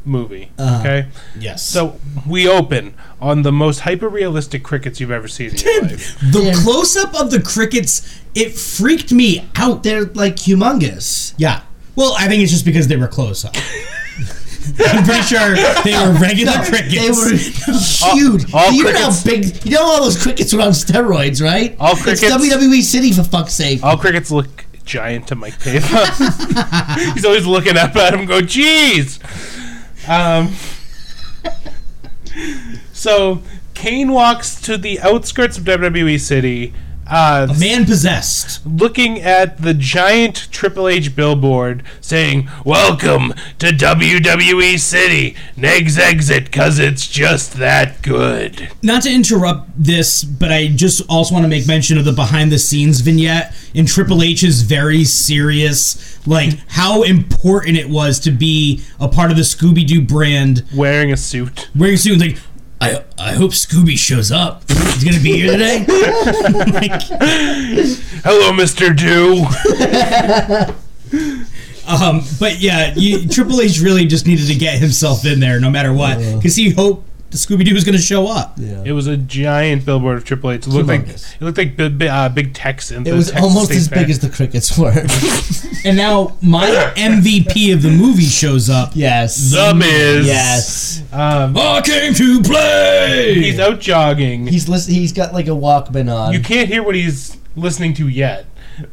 movie. Uh-huh. okay, Yes. so we open on the most hyper realistic crickets you've ever seen in your life. the Yeah. close up of the crickets, it freaked me out. They're like humongous. Yeah. Well, I think it's just because they were close up. I'm pretty sure they were regular crickets. They were huge. all you know crickets- how big. You know all those crickets were on steroids, right? All crickets- It's WWE City for fuck's sake. All crickets look giant to Mike Pava. He's always looking up at him, go, "Jeez." Um, so Kane walks to the outskirts of WWE City. Uh, Man possessed. looking at the giant Triple H billboard saying, Welcome to WWE City. Negs exit, cause it's just that good. Not to interrupt this, but I just also want to make mention of the behind the scenes vignette. in Triple H's very serious, like how important it was to be a part of the Scooby Doo brand Wearing a suit. wearing suit. Like, I I hope Scooby shows up. He's gonna be here today. like, Hello, Mister Dew. um, but yeah, you, Triple H really just needed to get himself in there, no matter what, because he hoped the Scooby Doo was gonna show up. it was a giant billboard of Triple H. It looked like it looked like big, big, uh, big Tex. in It the was Texas almost State as Fair. big as the crickets were. And now my MVP of the movie shows up. yes. the Miz. Yes. Um, I came to play. he's out jogging. He's listen- he's got like a Walkman on. you can't hear what he's listening to yet,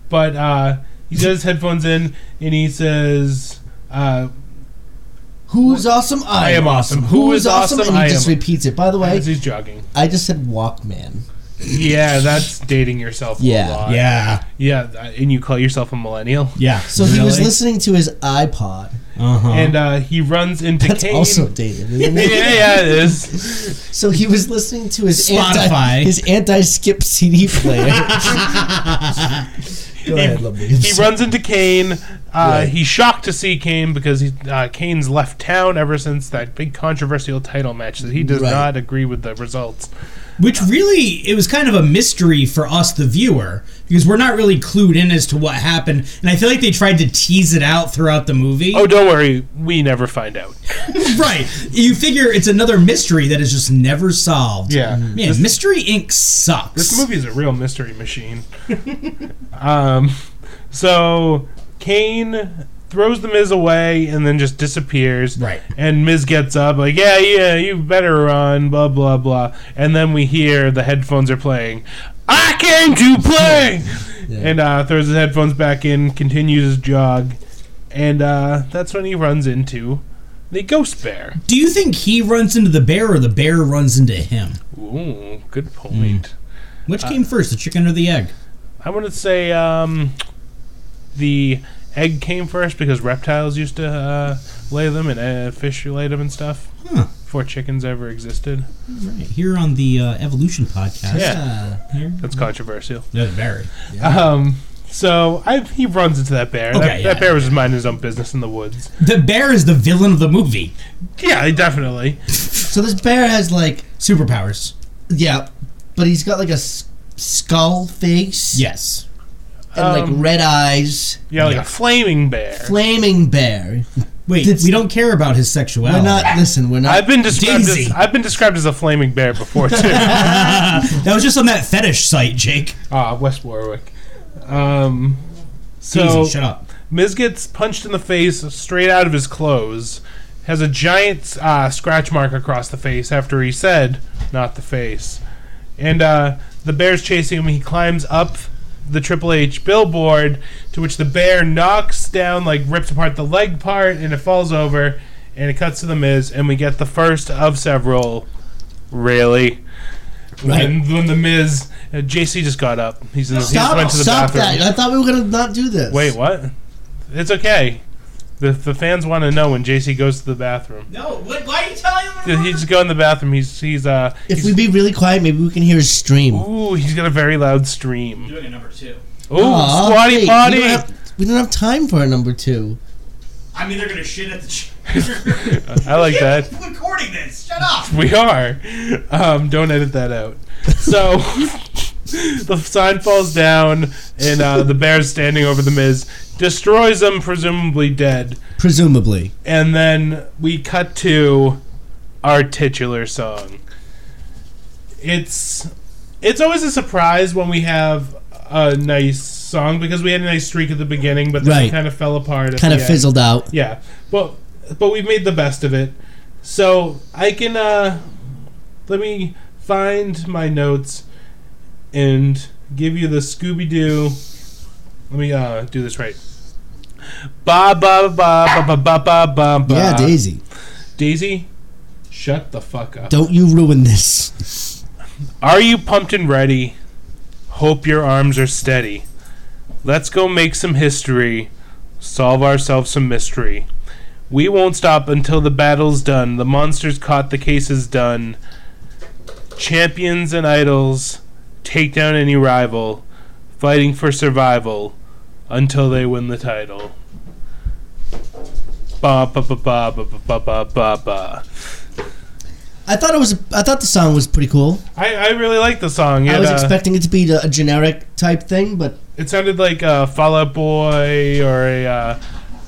but uh, he does headphones in and he says, uh, Who's awesome? I, am awesome. Who Who's is awesome? awesome? And I he just am. repeats it. By the way, as he's jogging. I just said Walkman. Yeah, that's dating yourself Yeah. a lot. Yeah, Yeah, and you call yourself a millennial. yeah. So he was listening to his iPod. Uh-huh. And uh, he runs into That's Kane. also dated. Isn't yeah, it? yeah, it is. So he was listening to his Spotify. anti, his anti-skip CD player. Go ahead, love me. He runs into Kane. Uh, He's shocked to see Kane because he, uh, Kane's left town ever since that big controversial title match that he does Right. not agree with the results. Which really, it was kind of a mystery for us, the viewer, because we're not really clued in as to what happened. And I feel like they tried to tease it out throughout the movie. Oh, don't worry, we never find out. right. You figure it's another mystery that is just never solved. Yeah. Man, Mystery Inc. sucks. This movie's a real mystery machine. um, so Kane throws the Miz away and then just disappears. Right. And Miz gets up like, yeah, yeah, you better run, blah blah blah. And then we hear the headphones are playing. I came to play. And uh, throws his headphones back in, continues his jog, and uh, that's when he runs into the ghost bear. Do you think he runs into the bear or the bear runs into him? Ooh, good point. Uh, Which came first, the chicken or the egg? I want to say um, the egg came first because reptiles used to uh, lay them and uh, fish laid them and stuff Huh. before chickens ever existed. Right. Here on the uh, Evolution podcast. Yeah. Here. That's controversial. That's very. Um, so I, he runs into that bear. that, Okay, yeah. that bear was minding his own business in the woods. The bear is the villain of the movie. Yeah, definitely. So this bear has like Superpowers. yeah, but he's got like a s- skull face. Yes. and Um, like red eyes, Yeah, like a flaming bear. flaming bear. Wait, That's- we don't care about his sexuality. We're not listen. We're not. I've been described Daisy. as I've been described as a flaming bear before too. That was just on that fetish site, Jake. Ah, West Warwick. Um, so Oh. Easy, shut up. Miz gets punched in the face straight out of his clothes, has a giant uh, scratch mark across the face after he said, not the face. And uh, the bear's chasing him. He climbs up the Triple H billboard, to which the bear knocks down, like rips apart the leg part, and it falls over. And it cuts to the Miz, and we get the first of several. Really? When, when the Miz. Uh, JC just got up. He's in the, he just stop! went to the stop bathroom. that! I thought we were gonna not do this. Wait, what? It's okay. The, the fans want to know when JC goes to the bathroom. No, what, why are you telling him? He just go in the bathroom. He's he's uh. If he's- we be really quiet, maybe we can hear his stream. ooh, he's got a very loud stream. doing a number two. Ooh, Aw, wait, Oh, squatty we potty. don't have- We don't have time for a number two. I mean, they're gonna shit at the. I like Uh, that. recording this. Shut up. We are. Um, don't edit that out. So the sign falls down, and uh, the bear's standing over the Miz, destroys him, presumably dead. Presumably. And then we cut to our titular song. It's it's always a surprise when we have a nice song because we had a nice streak at the beginning, but then it Right. kind of fell apart. at Kind the of end. fizzled out. Yeah, but but we made the best of it. So I can uh, let me find my notes and give you the Scooby Doo. Let me uh, do this right. Ba ba ba ba ba ba ba ba. ba. yeah, Daisy. Daisy, shut the fuck up. Don't you ruin this. Are you pumped and ready? Hope your arms are steady. Let's go make some history, solve ourselves some mystery. We won't stop until the battle's done, the monster's caught, the case is done. Champions and idols, take down any rival. fighting for survival until they win the title. Ba ba ba ba ba ba ba ba ba. I thought it was. I thought the song was pretty cool. I, I really like the song. It, I was uh, expecting it to be a generic type thing, but it sounded like a Fall Out Boy or a uh,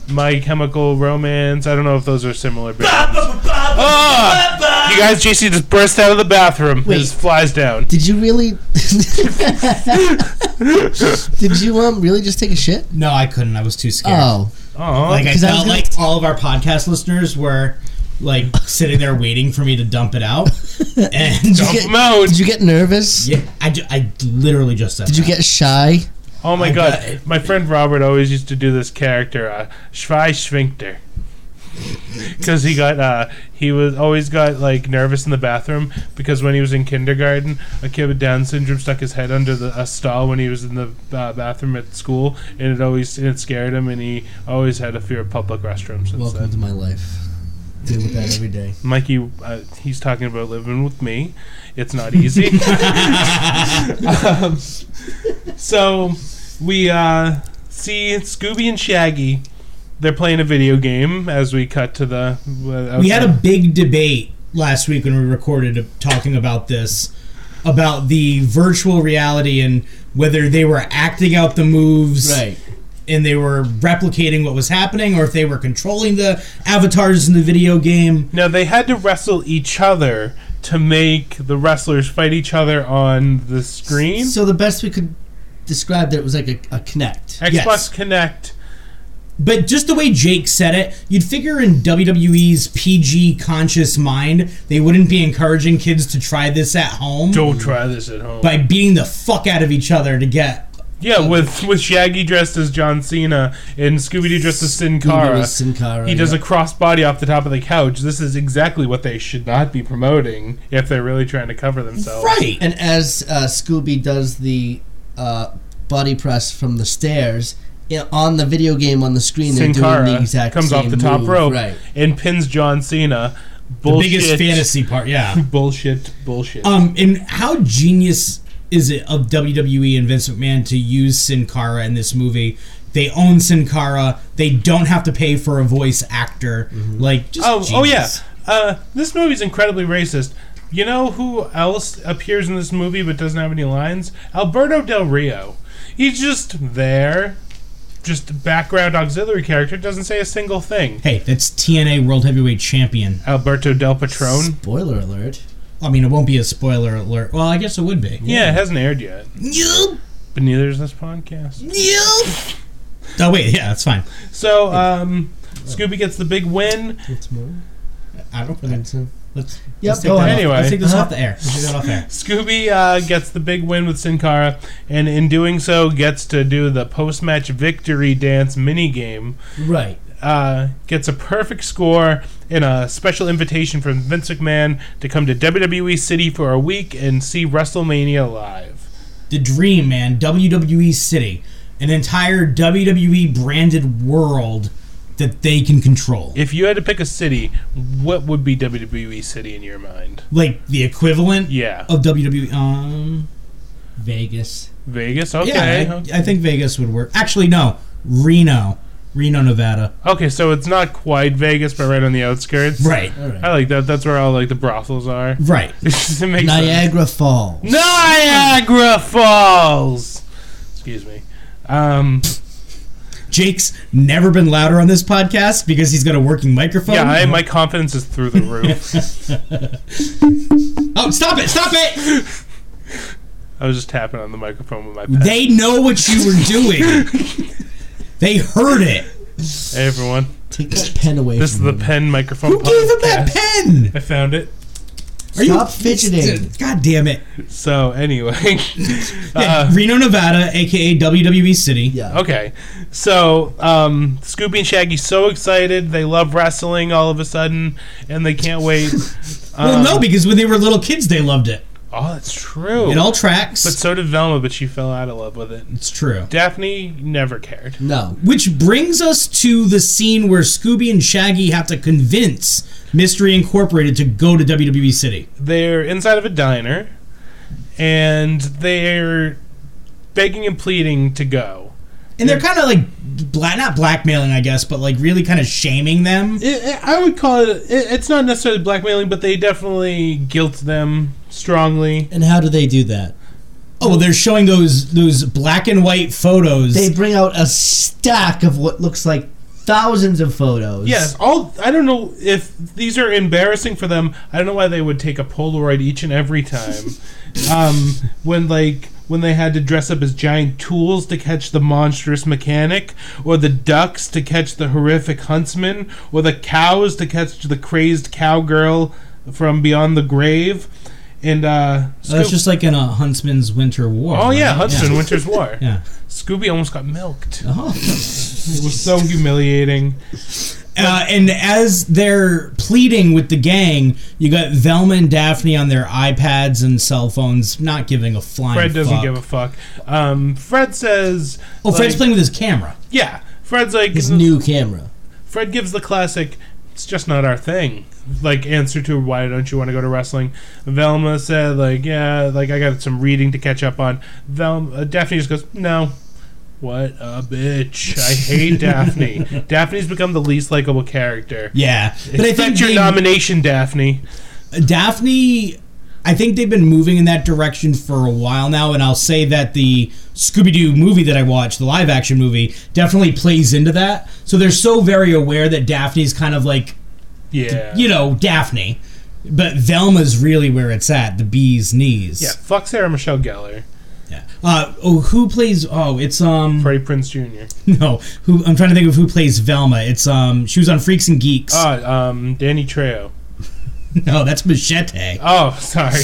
My Chemical Romance. I don't know if those are similar. Bands. Ah! You guys, JC just burst out of the bathroom. Wait. Just flies down. did you really? did you um really just take a shit? No, I couldn't. I was too scared. Oh, Oh, Like I 'Cause I was felt gonna- like all of our podcast listeners were like sitting there waiting for me to dump it out, and dump get- them out. did you get nervous? yeah, I, ju- I literally just said. Did you that. get shy? Oh my I god. got- My friend Robert always used to do this character, uh, Schwei Schwinkter. Because he got, uh, he was always got like nervous in the bathroom because when he was in kindergarten, a kid with Down syndrome stuck his head under the, a stall when he was in the uh, bathroom at school, and it always it scared him, and he always had a fear of public restrooms. Since Welcome then. to my life. Deal with that every day. Mikey, uh, he's talking about living with me. It's not easy. um, so we uh, see Scooby and Shaggy. They're playing a video game as we cut to the. uh, We had a big debate last week when we recorded uh, talking about this, about the virtual reality and whether they were acting out the moves and they were replicating what was happening or if they were controlling the avatars in the video game. Now they had to wrestle each other to make the wrestlers fight each other on the screen. So the best we could describe that it was like a, a connect. Xbox yes. Connect. But just the way Jake said it, you'd figure in WWE's PG conscious mind, they wouldn't be encouraging kids to try this at home Don't try this at home. by beating the fuck out of each other to get yeah, with with Shaggy dressed as John Cena and Scooby Doo dressed as Sin Cara. Google Sin Cara, He does yeah. a crossbody off the top of the couch. This is exactly what they should not be promoting if they're really trying to cover themselves. right. And as uh, Scooby does the uh, body press from the stairs you know, on the video game on the screen, Sin they're doing the Cara exact comes off same the top move, rope Right. and pins John Cena. The Bullshit, biggest fantasy part, yeah. Bullshit. Bullshit. Oh, Um, and how genius is it of WWE and Vince McMahon to use Sin Cara in this movie? They own Sin Cara. They don't have to pay for a voice actor. Like, just oh, oh yeah. genius. Uh, this movie's incredibly racist. You know who else appears in this movie but doesn't have any lines? Alberto Del Rio. He's just there, just background auxiliary character. Doesn't say a single thing. Hey, that's TNA World Heavyweight Champion. Alberto Del Patron. Spoiler alert. I mean, it won't be a spoiler alert. Well, I guess it would be. Yeah, it hasn't aired yet. Yup. But neither is this podcast. Yup. Oh wait, yeah, that's fine. So, um, Scooby gets the big win. What's more? I don't really. Let's, let's uh, Yep, take go that on. off- Anyway. let's take this Uh-huh. off the air. Let's take that off the air. Scooby uh, gets the big win with Sin Cara, and in doing so, gets to do the post match victory dance minigame. Right. Uh, gets a perfect score and a special invitation from Vince McMahon to come to WWE City for a week and see WrestleMania live. the dream, man. WWE City, an entire WWE branded world that they can control. If you had to pick a city, what would be WWE City in your mind? like the equivalent Yeah. of WWE. Um, Vegas. Vegas? Okay. Yeah, I, I think Vegas would work. Actually, no, Reno, Reno, Nevada. Okay, so it's not quite Vegas, but right on the outskirts. Right, I like that. That's where all like the brothels are. right. it makes sense. Niagara Falls. Niagara Falls. Excuse me. Um, Jake's never been louder on this podcast because he's got a working microphone. yeah, I, my confidence is through the roof. oh, stop it! Stop it! I was just tapping on the microphone with my pen. They know what you were doing. they heard it. hey, everyone. Take that pen away This is from the me. pen microphone. Mm. Who gave him that podcast. pen? I found it. Are Stop fidgeting. God damn it. So anyway, Uh, Yeah, Reno, Nevada, aka WWE E City. Yeah. Okay, so um, Scooby and Shaggy so excited they love wrestling all of a sudden, and they can't wait. Well, Um, no, because when they were little kids, they loved it. Oh, that's true. It all tracks. But so did Velma, but she fell out of love with it. it's true. Daphne never cared. No. Which brings us to the scene where Scooby and Shaggy have to convince Mystery Incorporated to go to WWE City. They're inside of a diner, and they're begging and pleading to go. and they're kind of like bla- not blackmailing, I guess, but like really kind of shaming them. It, it- I would call it, it. It's not necessarily blackmailing, but they definitely guilt them strongly. And how do they do that? Oh, well, they're showing those those black and white photos. They bring out a stack of what looks like thousands of photos. Yes, all I don't know if these are embarrassing for them. I don't know why they would take a Polaroid each and every time. um, when like when they had to dress up as giant tools to catch the monstrous mechanic, or the ducks to catch the horrific huntsman, or the cows to catch the crazed cowgirl from beyond the grave, and uh, So that's Scoo- just like in a huntsman's winter war. oh yeah, right? Hudson Winter's War. Yeah. Scooby almost got milked. Oh. It was so humiliating. Uh, and as they're pleading with the gang, you got Velma and Daphne on their iPads and cell phones, not giving a flying. Fred doesn't fuck. give a fuck. Um, Fred says, Oh, Fred's like- playing with his camera. Yeah, Fred's like His new camera. Fred gives the classic. It's just not our thing. Like answer to why don't you want to go to wrestling? Velma said like yeah, like I got some reading to catch up on. Velma uh, Daphne just goes no. What a bitch! I hate Daphne. Daphne's become the least likable character. Yeah, but I think Expect your they- nomination, Daphne. Daphne. I think they've been moving in that direction for a while now, and I'll say that the Scooby Doo movie that I watched, the live action movie, definitely plays into that. So they're so very aware that Daphne's kind of like Yeah, you know, Daphne. But Velma's really where it's at, the bee's knees. yeah. Fuck Sarah Michelle Gellar, Yeah. Uh, oh, who plays? Oh, it's um. Freddie Prince Jr. No, who? I'm trying to think of who plays Velma. It's um. She was on Freaks and Geeks. Oh, um, Danny Trejo. no, that's Machete. Oh, sorry.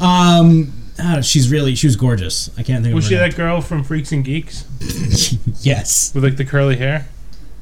Um. ah, she's really she was gorgeous. I can't think Was of she her. name. that girl from Freaks and Geeks yes. with like the curly hair?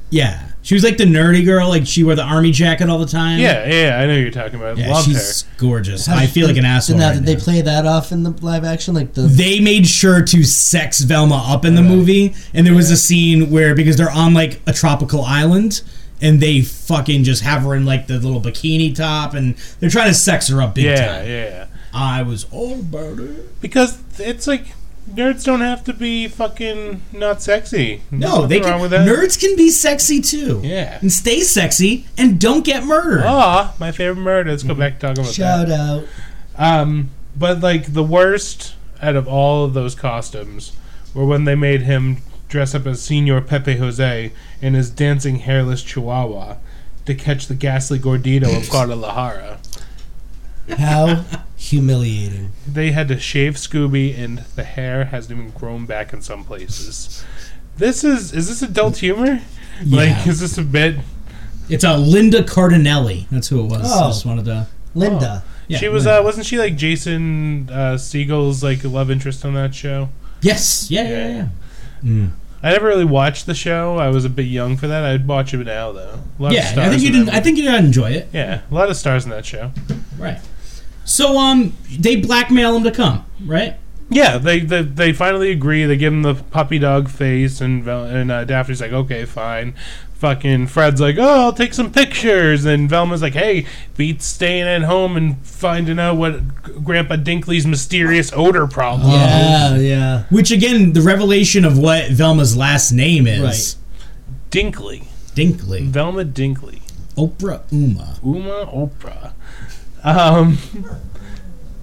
Yeah. She was like the nerdy girl. Like she wore the army jacket all the time. Yeah, yeah, I know who you're talking about. Yeah. Loved her. she's gorgeous. I feel like an asshole. Now, right did now. they play that off in the live action? Like the they made sure to sex Velma up in the movie, and there was a scene where because they're on like a tropical island, and they fucking just have her in like the little bikini top, and they're trying to sex her up big Yeah, time. yeah. I was all about it. Because it's like nerds don't have to be fucking not sexy. There's No, nothing they can, wrong with that. nerds can be sexy too. Yeah. Oh, and stay sexy and don't get Aw, murdered. Ah, my favorite murder. Let's Mm-hmm. go back to talking about shout out. that. Um, but like the worst out of all of those costumes were when they made him dress up as Senor Pepe Jose in his dancing hairless chihuahua to catch the ghastly Gordito of Guadalajara. How humiliating. They had to shave Scooby, and the hair hasn't even grown back in some places. This is is this adult humor? Like, is this a bit? It's a Linda Cardinelli. That's who it was. I Oh. just wanted to. Linda. Yeah, she was Linda. uh, wasn't she like Jason uh, Siegel's like love interest on that show? yes. Yeah. Yeah. Yeah, yeah. yeah. I never really watched the show. I was a bit young for that. I'd watch it now though. A lot Yeah, of stars I think you in didn't. that I think you did enjoy it. movie. Yeah, a lot of stars in that show. Right. So um, they blackmail him to come, right? Yeah, they they, they finally agree. They give him the puppy dog face, and Vel- and uh, Daphne's like, okay, fine. Fucking Fred's like, oh, I'll take some pictures, and Velma's like, hey, beats staying at home and finding out what G- Grandpa Dinkley's mysterious odor problem. Uh-huh. Yeah, yeah. Which again, the revelation of what Velma's last name is. Right. Dinkley, Dinkley. Velma Dinkley, Oprah Uma. Uma Oprah. Um,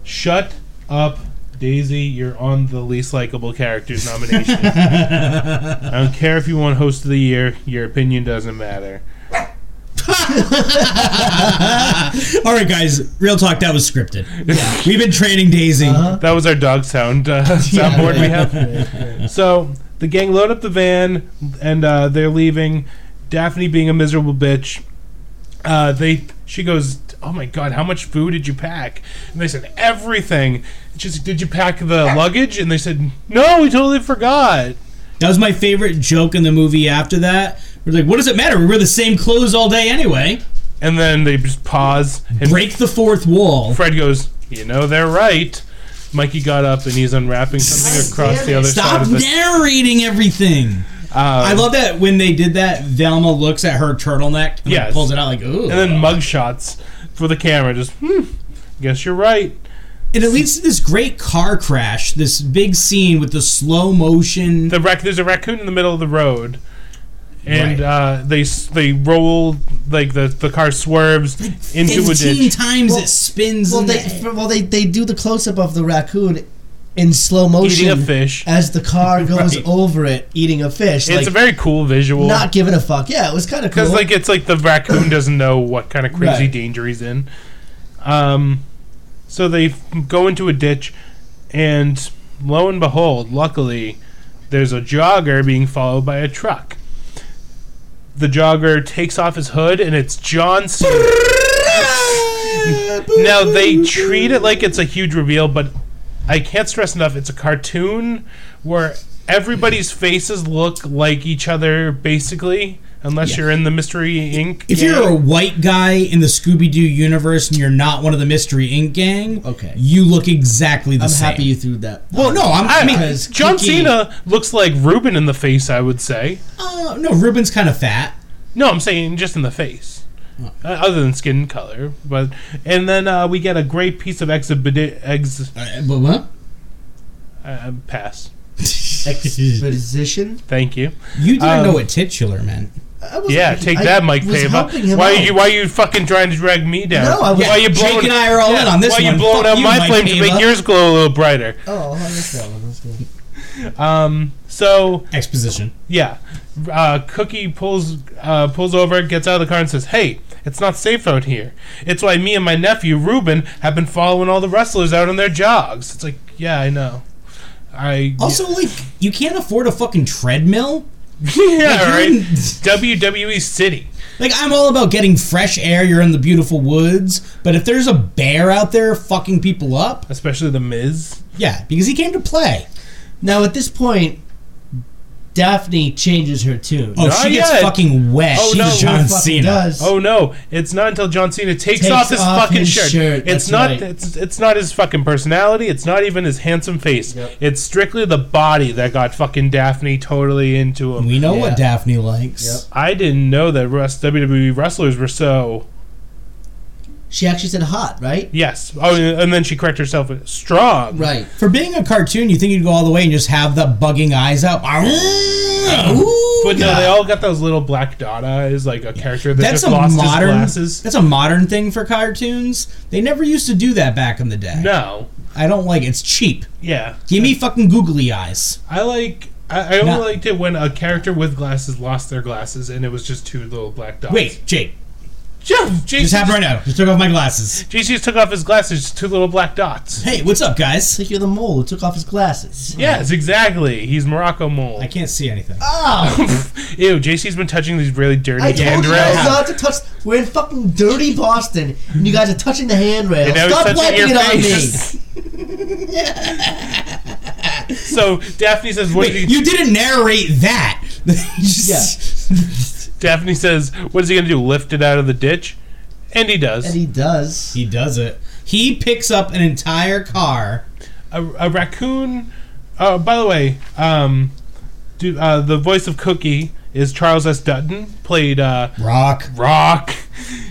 shut up, Daisy. You're on the least likable characters nomination. I don't care if you won host of the year. Your opinion doesn't matter. All right, guys. Real talk. That was scripted. We've been training Daisy. Uh-huh. That was our dog sound uh, soundboard we have. So the gang load up the van and uh, they're leaving. Daphne being a miserable bitch. Uh, they she goes, oh my god, how much food did you pack? And they said everything. And she's like, did you pack the luggage? And they said, no, we totally forgot. That was my favorite joke in the movie. After that, we're like, what does it matter? We wear the same clothes all day anyway. And then they just pause and Break the fourth wall. Fred goes, you know they're right. Mikey got up and he's unwrapping something across the other side Stop of the narrating everything. Uh, I love that when they did that, Velma looks at her turtleneck and Yes. like, pulls it out like, ooh. and then mug shots for the camera. Just, hmm, guess you're right. And it leads to this great car crash, this big scene with the slow motion. the rac- there's a raccoon in the middle of the road, and Right. uh, they s- they roll like the the car swerves into a Fifteen ditch. times Well- it spins. Well, in they the- f- well they, they do the close up of the raccoon in slow motion Eating a fish. as the car goes Right. over it, eating a fish. It's like, a very cool visual. not giving a fuck. Yeah, it was kind of cool. Because like it's like the raccoon doesn't know what kind of crazy Right. danger he's in. Um, so they f- go into a ditch, and lo and behold, luckily, there's a jogger being followed by a truck. The jogger takes off his hood, and it's John Cena. now they treat it like it's a huge reveal, but I can't stress enough: it's a cartoon where everybody's faces look like each other, basically, unless you're in the Mystery Inc. if you're a white guy in the Scooby Doo universe and you're not one of the Mystery Inc. gang, Okay. you look exactly the I'm same. happy you threw that. Well, no, I'm, I, I, mean, because John Kiki- Cena looks like Ruben in the face. I would say uh, no, Ruben's kind of fat. no. I'm saying just in the face, uh, other than skin color. But and then uh, we get a great piece of exhibit ex Uh, but what? uh, pass. Exposition. Thank you. You didn't Um, know what titular meant. I was- Yeah, take I that, Mike was Pava. helping him Why out. are you why are you fucking trying to drag me down? No, I was- why are you Jake blowing, and I are all in on this Why are one. you blowing Fuck out you, my Mike flame to Pava. make yours glow a little brighter? Oh, I like that one. That's good. Um, so Exposition. yeah, uh, Cookie pulls uh, pulls over, gets out of the car, and says, "Hey, it's not safe out here. It's why me and my nephew Ruben have been following all the wrestlers out on their jogs." It's like, yeah, I know. I Oh, Also, like, you can't afford a fucking treadmill. yeah, like, all you're right. in- WWE City. Like, I'm all about getting fresh air. You're in the beautiful woods. But if there's a bear out there fucking people up, Especially the Miz. yeah, because he came to play. Now at this point, Daphne changes her tune. Oh, Not she gets yet. fucking wet. Oh, She's no. John Fucking Cena. does. Oh no! It's not until John Cena takes, Takes off his off fucking his shirt. shirt, It's that's not. right. It's it's not his fucking personality. It's not even his handsome face. Yep. It's strictly the body that got fucking Daphne totally into him. We know Yeah. what Daphne likes. Yep. I didn't know that rest, WWE E wrestlers were so. She actually said hot, right? Yes. Oh, and then she corrected herself. with, Strong. Right. For being a cartoon, you think you'd go all the way and just have the bugging eyes out. Ooh, Uh-huh. But no, God. they all got those little black dot eyes, like a character that that's just a lost modern. his glasses. That's a modern thing for cartoons. They never used to do that back in the day. No. I don't like it. It's cheap. Yeah. Give me fucking googly eyes. I like. I, I only No. liked it when a character with glasses lost their glasses, and it was just two little black dots. Wait, Jake. Jeff, Just Jesus happened right now. Just took off my glasses. GC just took off his glasses, just two little black dots. Hey, what's up, guys? It's like you're the mole who took off his glasses. Yes, exactly. He's Morocco mole. I can't see anything. Oh, Ew, JC's been touching these really dirty I told you guys handrails. not to touch. We're in fucking dirty Boston, and you guys are touching the handrail. And now he's Stop touching wiping it your on face. me. so Daphne says, "What Wait, is he, you didn't narrate that. Just- Daphne says, "What is he gonna do? Lift it out of the ditch?" And he does. And he does. He does it. He picks up an entire car. a, a raccoon. Oh, by the way, um, do, uh, the voice of Cookie is Charles S. Dutton, played uh, Rock. Rock.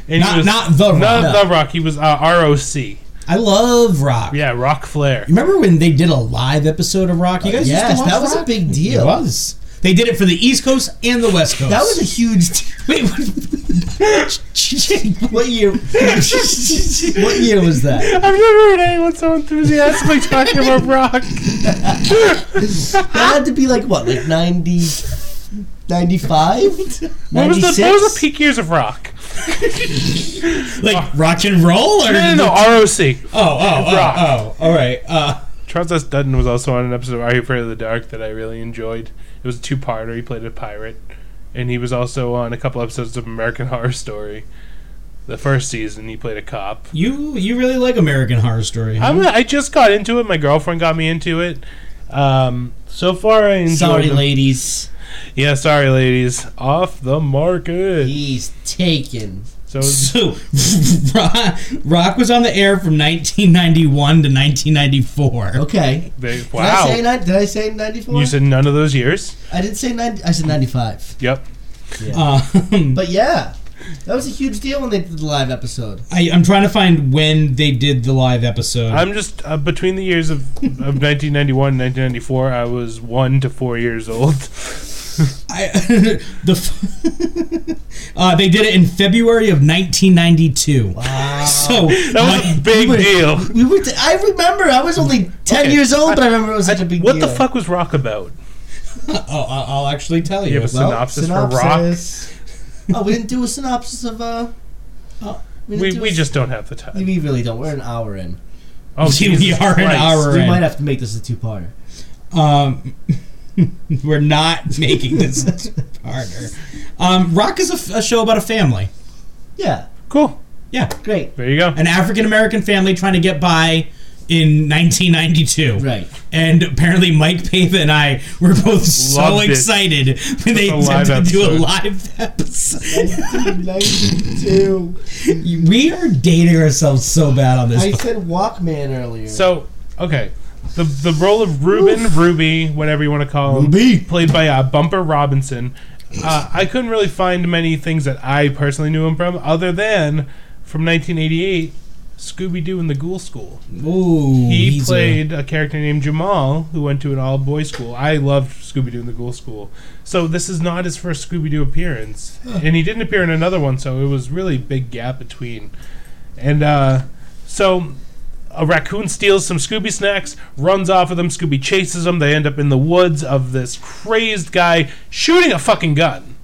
And Not- not The Rock. Not No. the Rock. He was uh, ROC. I love Rock. Yeah, Rock Flair. Remember when they did a live episode of Rock? You guys used Yes, to watch that was a Rock? big deal. It was. They did it for the East Coast and the West Coast. That was a huge. T- Wait, what, what year? what year was that? I've never heard anyone so enthusiastically talking about rock. That had to be like what, like 90, 95? What was, the, what was the peak years of rock? like rock and roll, or Oh. No, no, no, ROC. oh, oh, oh, Rock. oh, all right. Uh, Charles S. Dutton was also on an episode of Are You Afraid of the Dark that I really enjoyed. It was a two-parter. He played a pirate, and he was also on a couple episodes of American Horror Story. The first season, he played a cop. you you really like American Horror Story? Huh? I'm, I just got into it. My girlfriend got me into it. Um, so far, I enjoyed. Sorry, them. ladies. Yeah, sorry, ladies. Off the market. He's taken. So it's So, Rock- Rock was on the air from 1991 to 1994. Okay. they, Did I say, wow. ni- did I say 94? You said none of those years. I didn't say 90. I said 95. Yep. Um, But yeah. That was a huge deal when they did the live episode. I, I'm trying to find when they did the live episode. I'm just uh, between the years of, of 1991 and 1994. I was one to four years old. I, the f- uh, they did it in February of 1992. Wow. That So was a my- big deal. We were. T- I remember. I was only ten Okay. years old, but I remember it was such a big what deal. the fuck was rock about? Oh, I- I'll actually tell you. You have a Well, synopsis, for rock. oh, we didn't do a synopsis of. Uh, oh, didn't We, do a we s- just don't have the time. We really don't. We're an hour in. Oh, Gee, we Jesus are an Christ. hour- We Right. might have to make this a two-parter. um, we're not making this harder. Um, rock is a f- a, show about a family. Yeah. Cool. Yeah, Great. There you go. an African American family trying to get by in 1992. Right. And apparently, Mike Pava and I were both so Loved it. excited when they a live attempted to do a episode. live episode. Ninety-two. we are dating ourselves so bad on this. I said Walkman earlier. So, okay. The, the role of Ruben, Ruby, whatever you want to call him, Ruby. played by uh, Bumper Robinson. Uh, I couldn't really find many things that I personally knew him from, other than from 1988, Scooby Doo and the Ghoul School. Ooh, He he's a- played a, character named Jamal who went to an all boys school. I loved Scooby Doo and the Ghoul School. So this is not his first Scooby Doo appearance, and he didn't appear in another one. So it was really big gap between. And uh, so a raccoon steals some Scooby snacks, runs off with them. Scooby chases them. They end up in the woods of this crazed guy shooting a fucking gun.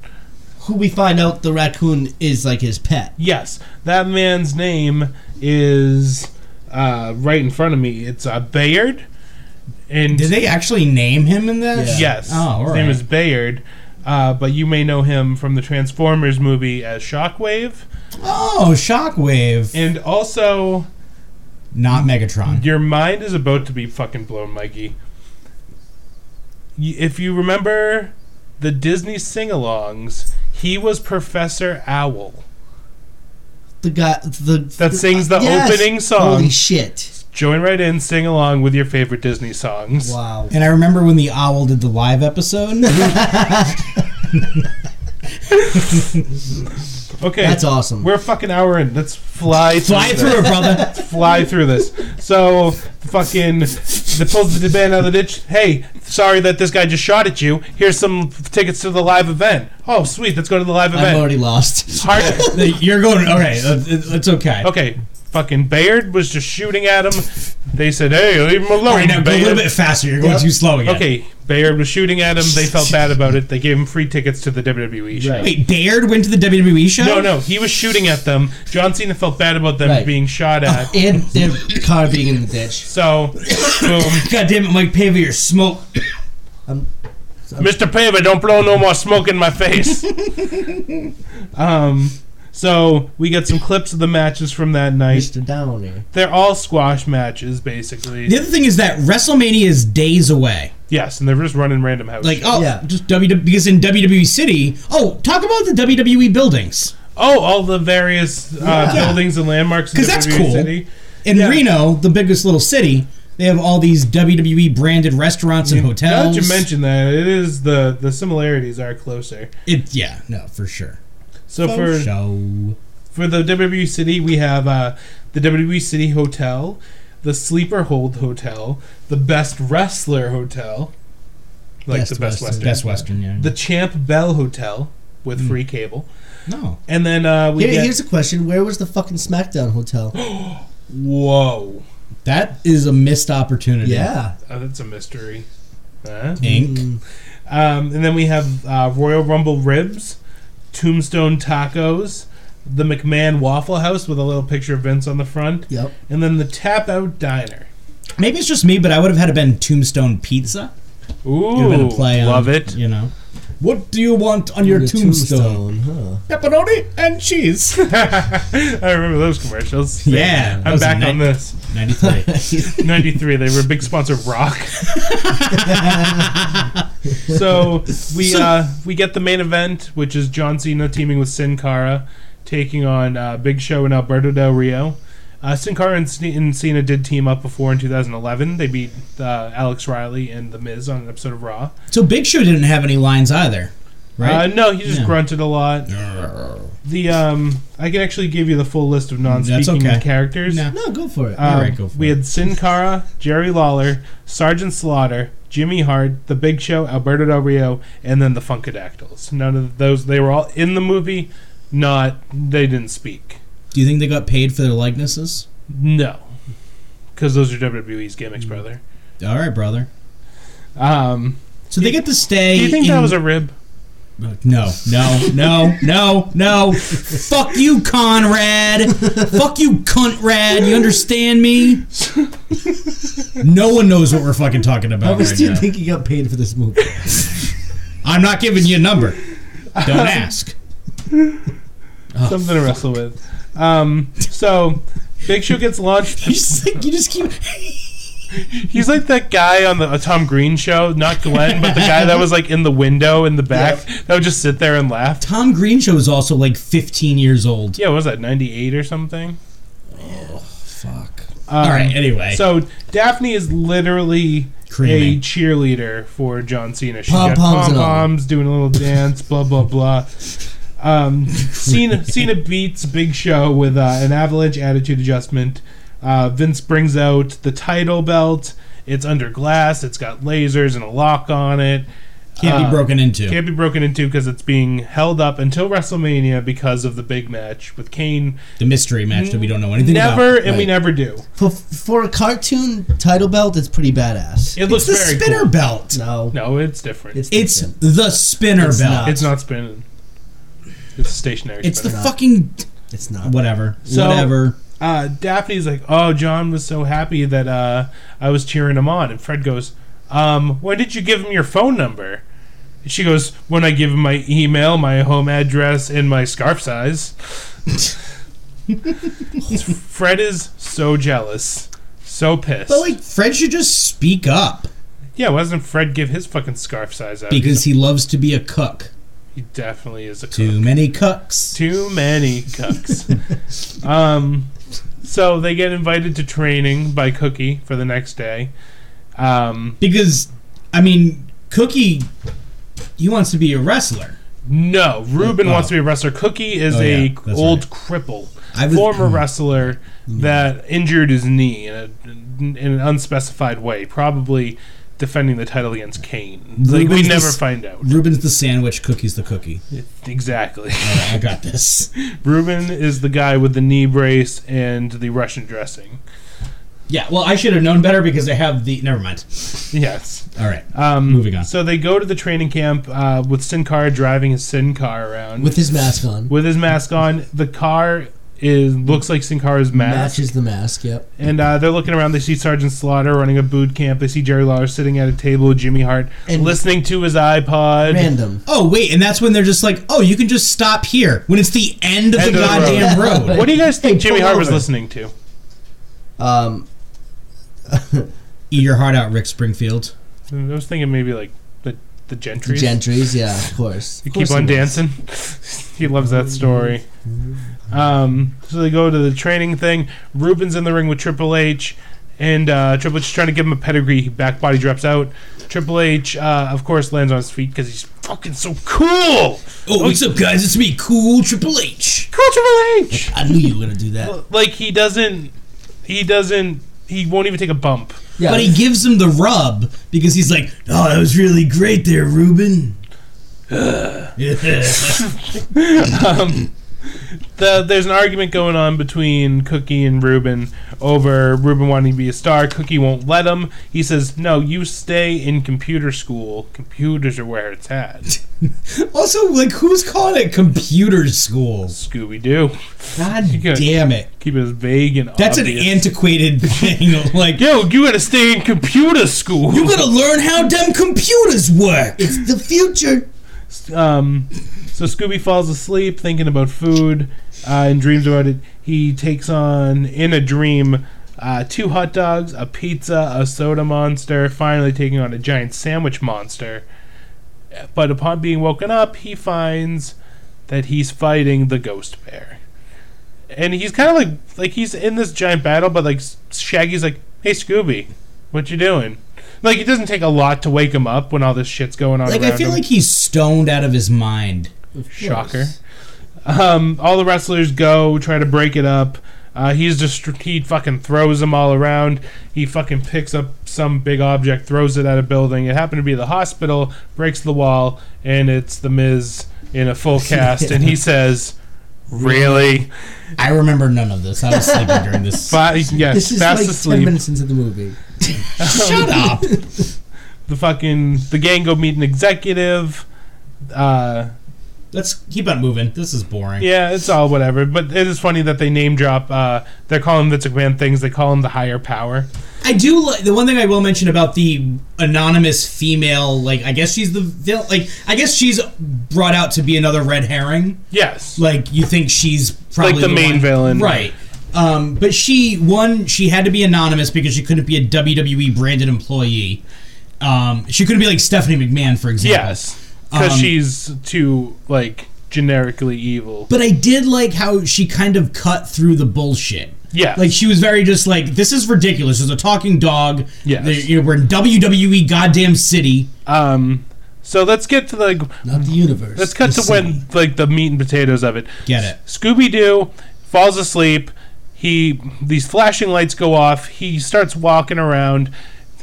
who we find out the raccoon is like his pet. Yes, that man's name is uh, right in front of me. It's uh, Bayard. And Did they actually name him in that? Yeah. Yes. Oh, all His name right. is Bayard, uh, but you may know him from the Transformers movie as Shockwave, Oh, Shockwave, and also not Megatron. your mind is about to be fucking blown, Mikey. Y- If you remember the Disney sing-alongs, he was Professor Owl The guy. The that sings the Yes. opening song. Holy shit! Join right in, sing along with your favorite Disney songs. Wow. And I remember when the owl did the live episode. Okay, That's awesome. We're a fucking hour in. Let's fly Fly this. through it, brother. fly through this. So fucking they pulls the band out of the ditch. Hey, sorry that this guy just shot at you. Here's some tickets to the live event. Oh, sweet. Let's go to the live I've event. already lost. Hard- You're going okay. uh, It's okay. okay. Fucking Bayard was just shooting at him. They said, "Hey, leave him alone." All right, now go a little Bayard." bit faster. You're going Yep. too slow again. Okay, Bayard was shooting at him. They felt bad about it. They gave him free tickets to the WWE show. Wait, Baird went to the WWE show? No, no, he was shooting at them. John Cena felt bad about them Right. being shot at. And their car being in the ditch. So, boom. God damn it, Mike Pava, you're smoke. Mr. Paver, don't blow no more smoke in my face. um, so we get some clips of the matches from that night. Mr. Downer. They're all squash matches, basically. The other thing is that WrestleMania is days away. Yes, and they're just running random house. Like, oh, Yeah. just WWE because in WWE City, oh, talk about the WWE buildings. oh, all the various uh, buildings and landmarks. in 'Cause that's WWE cool. E City. In Yeah. Reno, the biggest little city, they have all these WWE branded restaurants and Now hotels. that you mention that, it is the the similarities are closer. it, yeah, no, for sure. So for show. for the WWE City, we have uh, the WWE City Hotel, the Sleeper Hold Hotel, the Best Wrestler Hotel, like the Best Western, Best Western, yeah. the Champ Bell Hotel with free cable, no. and then uh, we Here, get here's a question: Where was the fucking SmackDown hotel? whoa, That is a missed opportunity. yeah. oh, that's a mystery. Huh? Inc. Um, and then we have uh, Royal Rumble ribs, Tombstone tacos, the McMahon Waffle House with a little picture of Vince on the front, Yep. and then the Tap Out Diner. Maybe it's just me, but I would have had it been Tombstone Pizza. It Ooh, would have been a play on, love it. You know, what do you want on your The tombstone? huh? Pepperoni and cheese. I remember those commercials. Yeah, that I'm was back a on night- this. Ninety-three. 93, they were a big sponsor of rock. so we uh, we get the main event, which is John Cena teaming with Sin Cara, taking on uh, Big Show and Alberto Del Rio. Uh, Sin Cara and, C- and Cena did team up before in 2011. They beat uh, Alex Riley and The Miz on an episode of Raw. so Big Show didn't have any lines either. Uh, right? no, he just Yeah. grunted a lot. The um, I can actually give you the full list of That's non-speaking okay. characters. No. No, go for it. Um, All right, go for we it. had Sin Cara, Jerry Lawler, Sergeant Slaughter, Jimmy Hart, The Big Show, Alberto Del Rio, and then the Funkadactyls. None of those. They were all in the movie. Not they didn't speak. Do you think they got paid for their likenesses? No, because those are WWE's Mm. gimmicks, brother. All right, brother. Um, So they get to stay. do you think in- that was a rib? No, no, no, no, no. Fuck you, Conrad. Fuck you, Cuntrad. You understand me? No one knows what we're fucking talking How about much right do you now. think he got paid for this movie? I'm not giving you a number. Don't ask. Oh. Something to wrestle with. Um, so Big Show gets launched. You just, like, you just keep. He's like that guy on the uh, Tom Green show, not Glenn, but the guy that was like in the window in the back that would just sit there and laugh. Tom Green show is also like 15 years old. Yeah, what was that 98 or something? Fuck. Um, All right. Anyway, So Daphne is literally a Creaming. cheerleader for John Cena. She's Pom-poms got pom and all. poms, doing a little dance, blah blah blah. Um, Cena Cena beats Big Show with uh, an avalanche attitude adjustment. Uh, Vince brings out the title belt. It's under glass. It's got lasers and a lock on it. can't uh, be broken into. Can't be broken into because it's being held up until WrestleMania because of the big match with Kane. the mystery match that we don't know anything about. Never, and we Right. never do. For, for a cartoon title belt, it's pretty badass. It looks It's the very spinner cool. belt. No, No, it's different. It's, It's different. the spinner It's belt. not. not spinning. It's stationary. It's the spinner. fucking it's not. whatever. So- whatever. uh, Daphne's like, "Oh, John was so happy that uh, I was cheering him on," and Fred goes, um, "When did you give him your phone number?" She goes, "When I give him my email, my home address, and my scarf size." Fred is so jealous, so pissed. But like Fred should just speak up yeah, why doesn't Fred give his fucking scarf size out? because he loves to be a cook. he definitely is a cook. Too many cooks. Too many cucks. um, so they get invited to training by Cookie for the next day. Um, Because I mean, Cookie he wants to be a wrestler. no, Ruben Oh. wants to be a wrestler. Cookie is Oh, yeah, a that's old right. cripple, I was- Mm. former wrestler that injured his knee in, a, in an unspecified way, probably defending the title against Kane. Like we Ruben's never this- find out Ruben's the sandwich, Cookie's the cookie. exactly. I got this. Ruben is the guy with the knee brace and the Russian dressing. Yeah, well, I should have known better because I have the. Never mind. Yes. All right, Um, moving on. So they go to the training camp uh, with Sin Cara driving his Sin Cara around With his mask on. with his mask on. The car is looks like Sin Cara's mask, Matches the mask, yep. and uh, they're looking around. They see Sergeant Slaughter running a boot camp. They see Jerry Lawler sitting at a table with Jimmy Hart, And- listening to his iPod. Random. Oh wait, and that's when they're just like, "Oh, you can just stop here." When it's the end of End the of the goddamn road. road. What do you guys think Hey, Jimmy pull Hart was over. listening to? Um, Eat your heart out, Rick Springfield. I was thinking maybe like the the Gentry. Gentries, yeah, of course. You Of keep course on it was. dancing. he loves that story. Um, so they go to the training thing. Ruben's in the ring with Triple H, and uh, Triple H is trying to give him a pedigree. He back body drops out. Triple H, uh, of course, lands on his feet because he's fucking so cool. Oh, what's up, guys? It's me, Cool Triple H. Cool Triple H. I knew you were going to do that. Like he doesn't. He doesn't. He won't even take a bump. Yeah, But he gives him the rub because he's like, "Oh, that was really great there, Ruben." the, there's an argument going on between Cookie and Ruben over Ruben wanting to be a star. Cookie won't let him. He says, "No, you stay in computer school. Computers are where it's at." Also, like, who's calling it computer schools? Scooby Doo. God Good. damn it! Keep it as vague and That's an obvious. antiquated thing. Like, Yo, you gotta stay in computer school. you gotta learn how them computers work. it's the future. Um, so Scooby falls asleep thinking about food uh, and dreams about it. He takes on, in a dream, uh, two hot dogs, a pizza, a soda monster, finally taking on a giant sandwich monster. But upon being woken up, he finds that he's fighting the ghost bear. And he's kind of like like he's in this giant battle, but like Shaggy's like, "Hey Scooby, what you doing?" Like it doesn't take a lot to wake him up when all this shit's going on. Like around I feel him. like he's stoned out of his mind. Shocker. Um, all the wrestlers go try to break it up. Uh, he's just he fucking throws them all around. He fucking picks up some big object, throws it at a building. It happened to be the hospital. Breaks the wall, and it's the Miz in a full cast, and he says, "Really?" I remember none of this. I was sleeping during this. Fa- yes, This is fast like ten asleep. minutes into the movie. Shut up. The fucking the gang go meet an executive. Uh, Let's keep on moving. This is boring. Yeah, it's all whatever. But it is funny that they name drop. Uh, they're calling Vince McMahon things. They call him the higher power. I do like the one thing I will mention about the anonymous female. Like I guess she's the vil- like I guess she's brought out to be another red herring. Yes. Like you think she's probably Like the main one- villain. right? Um, but she one she had to be anonymous because she couldn't be a WWE branded employee. Um, she couldn't be like Stephanie McMahon, for example. yes, because Um, she's too like generically evil. But I did like how she kind of cut through the bullshit. Yeah. Like she was very just like this is ridiculous. There's a talking dog. Yes. There- you know, we're in WWE goddamn city. Um. So let's get to like Not the universe. let's cut the to when like the meat and potatoes of it. Get it. Scooby Doo falls asleep. He these flashing lights go off. He starts walking around.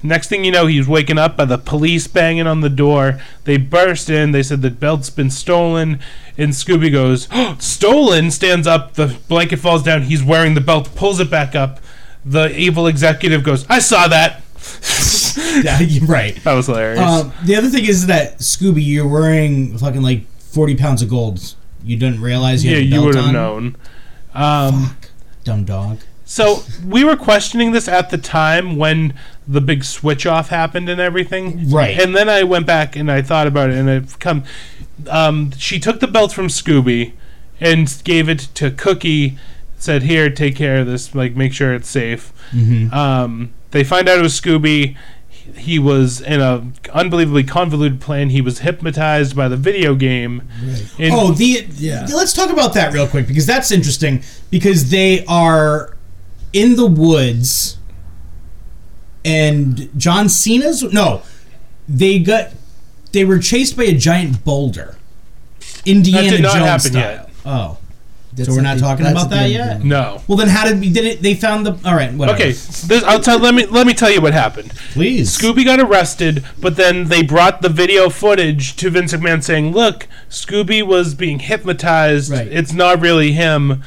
Next thing you know, he's waking up by the police banging on the door. They burst in. They said the belt's been stolen. And Scooby goes, "Oh, "Stolen!" Stands up. The blanket falls down. He's wearing the belt. Pulls it back up. The evil executive goes, "I saw that." Yeah, you're right. That was hilarious. Um, the other thing is that Scooby, you're wearing fucking like 40 pounds of gold. You didn't realize you yeah, had a you belt would have on? known. Um, Dumb dog. So we were questioning this at the time when the big switch off happened and everything. Right. And then I went back and I thought about it and I've come um, she took the belt from Scooby and gave it to Cookie, said, Here, take care of this, like make sure it's safe. Mm-hmm. Um, they find out it was Scooby. He- He was in a unbelievably convoluted plan. He was hypnotized by the video game. And Oh, the Let's talk about that real quick because that's interesting because they are in the woods and John Cena's no, they got they were chased by a giant boulder. Indiana not Jones happen style. yet. Oh. so we're not talking about that yet? no. Well then how did we did it they found the all right, whatever. Okay, this, I'll tell. Let me let me tell you what happened. Please. Scooby got arrested, but then they brought the video footage to Vince McMahon saying, "Look, Scooby was being hypnotized. Right. It's not really him."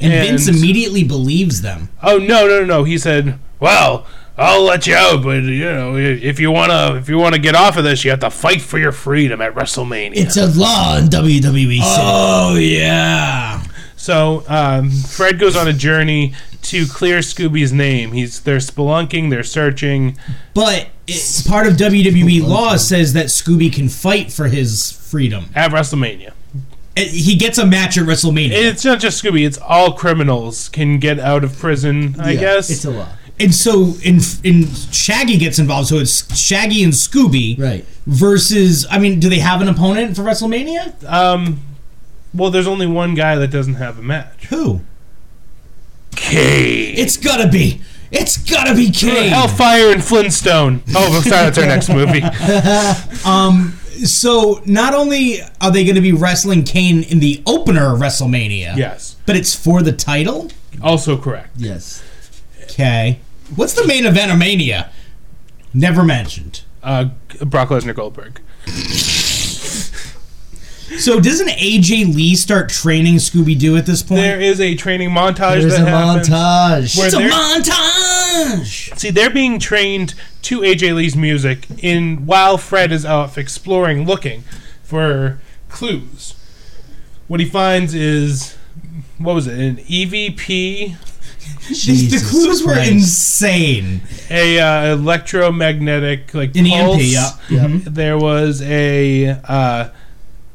And, Vince immediately believes them. "Oh no, no, no!" He said, "Well, I'll let you out, but you know, if you wanna, if you wanna get off of this, you have to fight for your freedom at WrestleMania." It's a law in WWE. Oh yeah. So um, Fred goes on a journey to clear Scooby's name. He's they're spelunking, they're searching. But it's part of WWE law says that Scooby can fight for his freedom. At WrestleMania, And He gets a match at WrestleMania. it's not just Scooby; it's all criminals can get out of prison. I guess it's a law. And so in in Shaggy gets involved, so it's Shaggy and Scooby Right. versus I mean, do they have an opponent for WrestleMania? Um, well, there's only one guy that doesn't have a match. Who? Kane. It's gotta be. It's gotta be Kane. Hellfire and Flintstone. Oh, well, sorry, that's our next movie. So not only are they gonna be wrestling Kane in the opener of WrestleMania, Yes. but it's for the title? Also correct. Yes. Okay. What's the main event of Mania? Never mentioned. Uh, Brock Lesnar Goldberg. So doesn't AJ Lee start training Scooby Doo at this point? There is a training montage There's a that happens. montage. Where it's a they're- montage. See, they're being trained to AJ Lee's music in while Fred is off exploring, looking for clues. What he finds is what was it? An E EVP, These the clues were insane. a uh, electromagnetic like An EMP, pulse. yeah. There was a uh,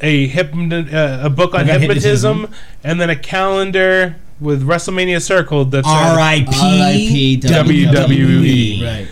a hypno- uh, a book on Book on hypnotism, and then a calendar with WrestleMania circled. That's R.I.P. RIP E. WWE. E. Right.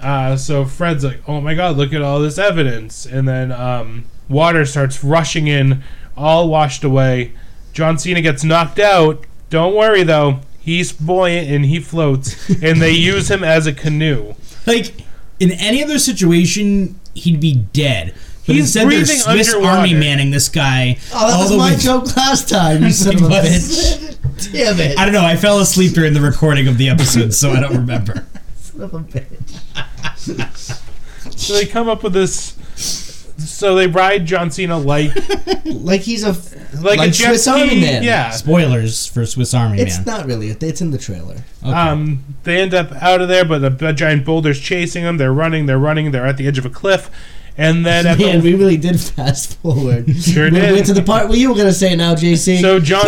Uh, so Fred's like, "Oh my God, look at all this evidence!" And then um, water starts rushing in, all washed away. John Cena gets knocked out. Don't worry though, he's buoyant and he floats, and they use him as a canoe. Like in any other situation, he'd be dead. But He's instead, they're breathing Swiss underwater. Army manning this guy. Oh, that all was the my way- joke last time. You son of a But- bitch. Damn it. I don't know. I fell asleep during the recording of the episode, so I don't remember. Son of a bitch. So they come up with this. So they ride John Cena like Like he's a f- like, a Like Jeff Swiss Army Key- Man. Yeah. Spoilers for Swiss Army It's Man. not really. It's in the trailer. Um, they end up out of there, but a, a giant boulder's chasing them. They're running. They're running. They're at the edge of a cliff, and then at Man, the, we really did fast forward. Sure we did. went to the part where you were gonna say now, JC. so John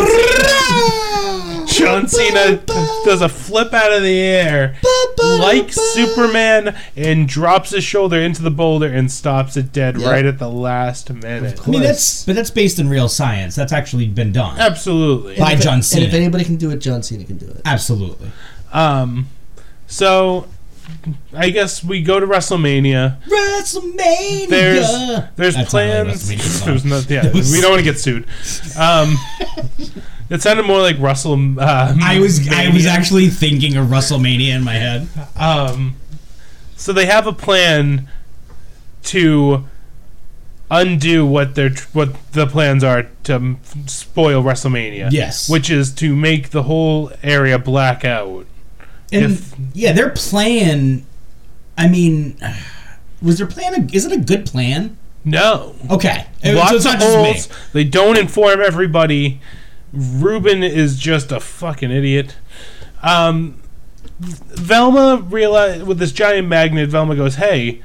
John Cena does a flip out of the air like Superman and drops his shoulder into the boulder and stops it dead Yeah. right at the last minute. I mean, that's but that's based in real science. That's actually been done Absolutely. by John And if Cena. anybody can do it, John Cena can do it. Absolutely. Um, so I guess we go to WrestleMania. WrestleMania. There's there's That's not really plans. WrestleMania song. there's not, yeah, we don't want to get sued. Um, it sounded more like Russell. Uh, I was I was Mania. actually thinking of WrestleMania in my head. Um, so they have a plan to undo what their what the plans are to m- spoil WrestleMania. Yes. which is to make the whole area black out. And If- yeah, their plan. I mean, was their plan? A, is it a good plan? No, Okay, so lots it's of not just me. holes. They don't inform everybody. Ruben is just a fucking idiot. Um, Velma realize with this giant magnet. Velma goes, "Hey,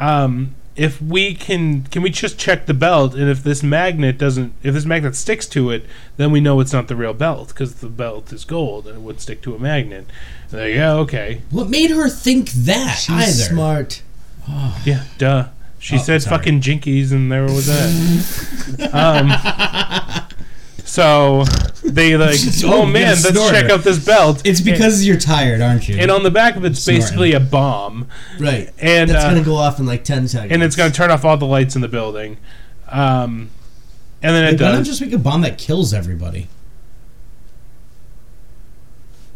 um, if we can, can we just check the belt? And if this magnet doesn't, if this magnet sticks to it, then we know it's not the real belt because the belt is gold and it would stick to a magnet." And they're, yeah, okay, What made her think that She's either? smart. yeah, duh. She Oh, said sorry. fucking jinkies, and there was that. um, so they like, Oh, oh you man, let's snorted. check out this belt. It's because you're tired, aren't you? and on the back of it's Snorting. basically a bomb, Right. and That's uh, gonna go off in like ten seconds. and it's going to turn off all the lights in the building. Um, and then it Like, why not does. just make a bomb that kills everybody?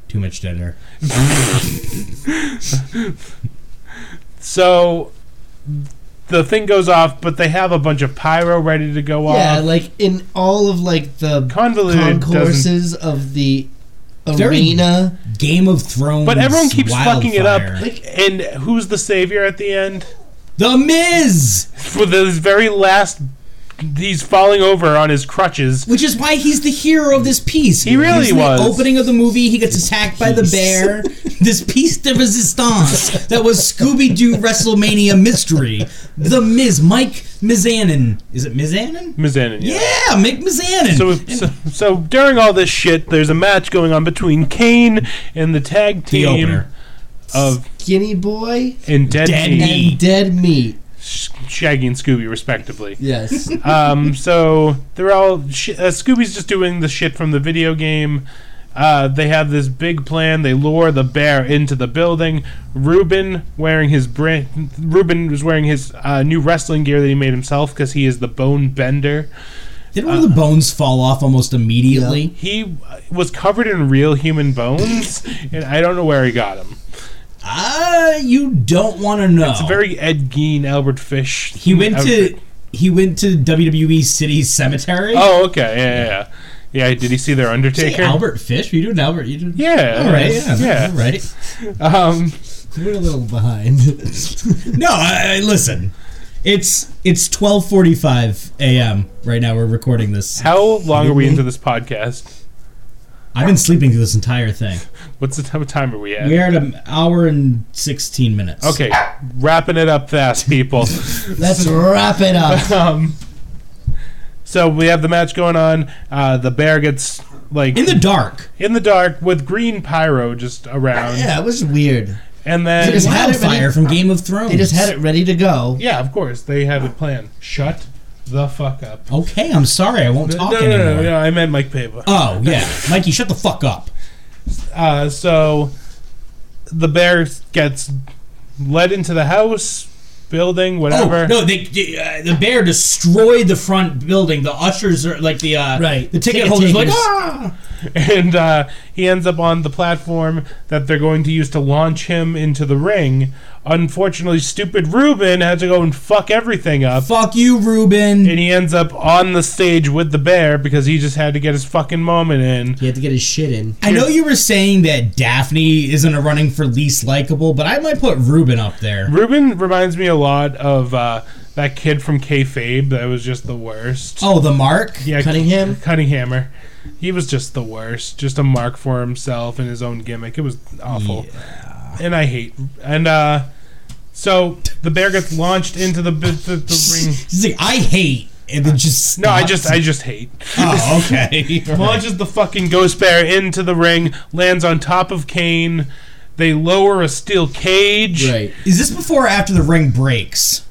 Too much dead air. So the thing goes off, but they have a bunch of pyro ready to go yeah, off. like in all of like the Convoluted doesn't. concourses of the Very- arena. Game of Thrones. But everyone keeps fucking it up. wildfire. And who's the savior at the end? The Miz, For this very last, he's falling over on his crutches. which is why he's the hero of this piece. He really in was. The opening of the movie, he gets attacked by the bear. this piece de resistance that was Scooby Doo WrestleMania mystery. The Miz, Mike Mizanin. Is it Mizanin? Mizanin, yeah. Yeah, Mike Mizanin. So, so, so during all this shit, there's a match going on between Kane and the tag the team opener. of Skinny boy and Dead, Dead Meat, Meat. and dead meat. Sh- Shaggy and Scooby, respectively. Yes. um, so they're all sh- uh, Scooby's just doing the shit from the video game. Uh, they have this big plan. They lure the bear into the building. Ruben wearing his brand. Ruben was wearing his uh, new wrestling gear that he made himself because he is the Bone Bender. Didn't one of the bones fall off almost immediately? He uh, was covered in real human bones, and I don't know where he got them. Ah, you don't want to know. It's a very Ed Gein, Albert Fish. he went outfit. to he went to WWE City Cemetery. Oh, okay, yeah, yeah, yeah. Yeah, Did he see their Say Undertaker? Albert Fish. Were you doing Albert? You doing? Yeah. All right. Yeah. Yeah. All right. Um, We're a little behind. No, I, I- listen. It's it's twelve forty five a.m. right now. We're recording this. How long are we into this podcast? I've been sleeping through this entire thing. What's the time, what time are we at? We're at an hour and sixteen minutes. okay, wrapping it up fast, people. Let's wrap it up. um, so we have the match going on. Uh, the bear gets like In the dark. in the dark with green pyro just around, Yeah, it was weird. and then Just had it Wildfire ready- from Game of Thrones. They just had it ready to go. yeah, of course they have a plan. Shut the fuck up. Okay, I'm sorry. I won't No, talk no, anymore. no, no, no, I meant Mike Pava. Oh yeah, Mikey, shut the fuck up. Uh, so the bear gets led into the house, building, whatever. Oh, no, they, uh, the bear destroyed the front building. The ushers are like the uh, Right. the ticket Ticket holders are like takers. ah, and uh, he ends up on the platform that they're going to use to launch him into the ring. Unfortunately, stupid Ruben had to go and fuck everything up. Fuck you, Ruben. And he ends up on the stage with the bear because he just had to get his fucking moment in. He had to get his shit in. I know you were saying that Daphne isn't a running for least likable, but I might put Ruben up there. Ruben reminds me a lot of uh, that kid from Kayfabe that was just the worst. Oh, the Mark. yeah, Cunningham? Cunninghammer. He was just the worst. Just a mark for himself and his own gimmick. It was awful. And I hate. And uh, so the bear gets launched into the the, the, the ring. He's like, I hate, and then just No, I stops. just I just hate. Oh, okay. launches the fucking ghost bear into the ring, lands on top of Kane. They lower a steel cage. Right. Is this before or after the ring breaks?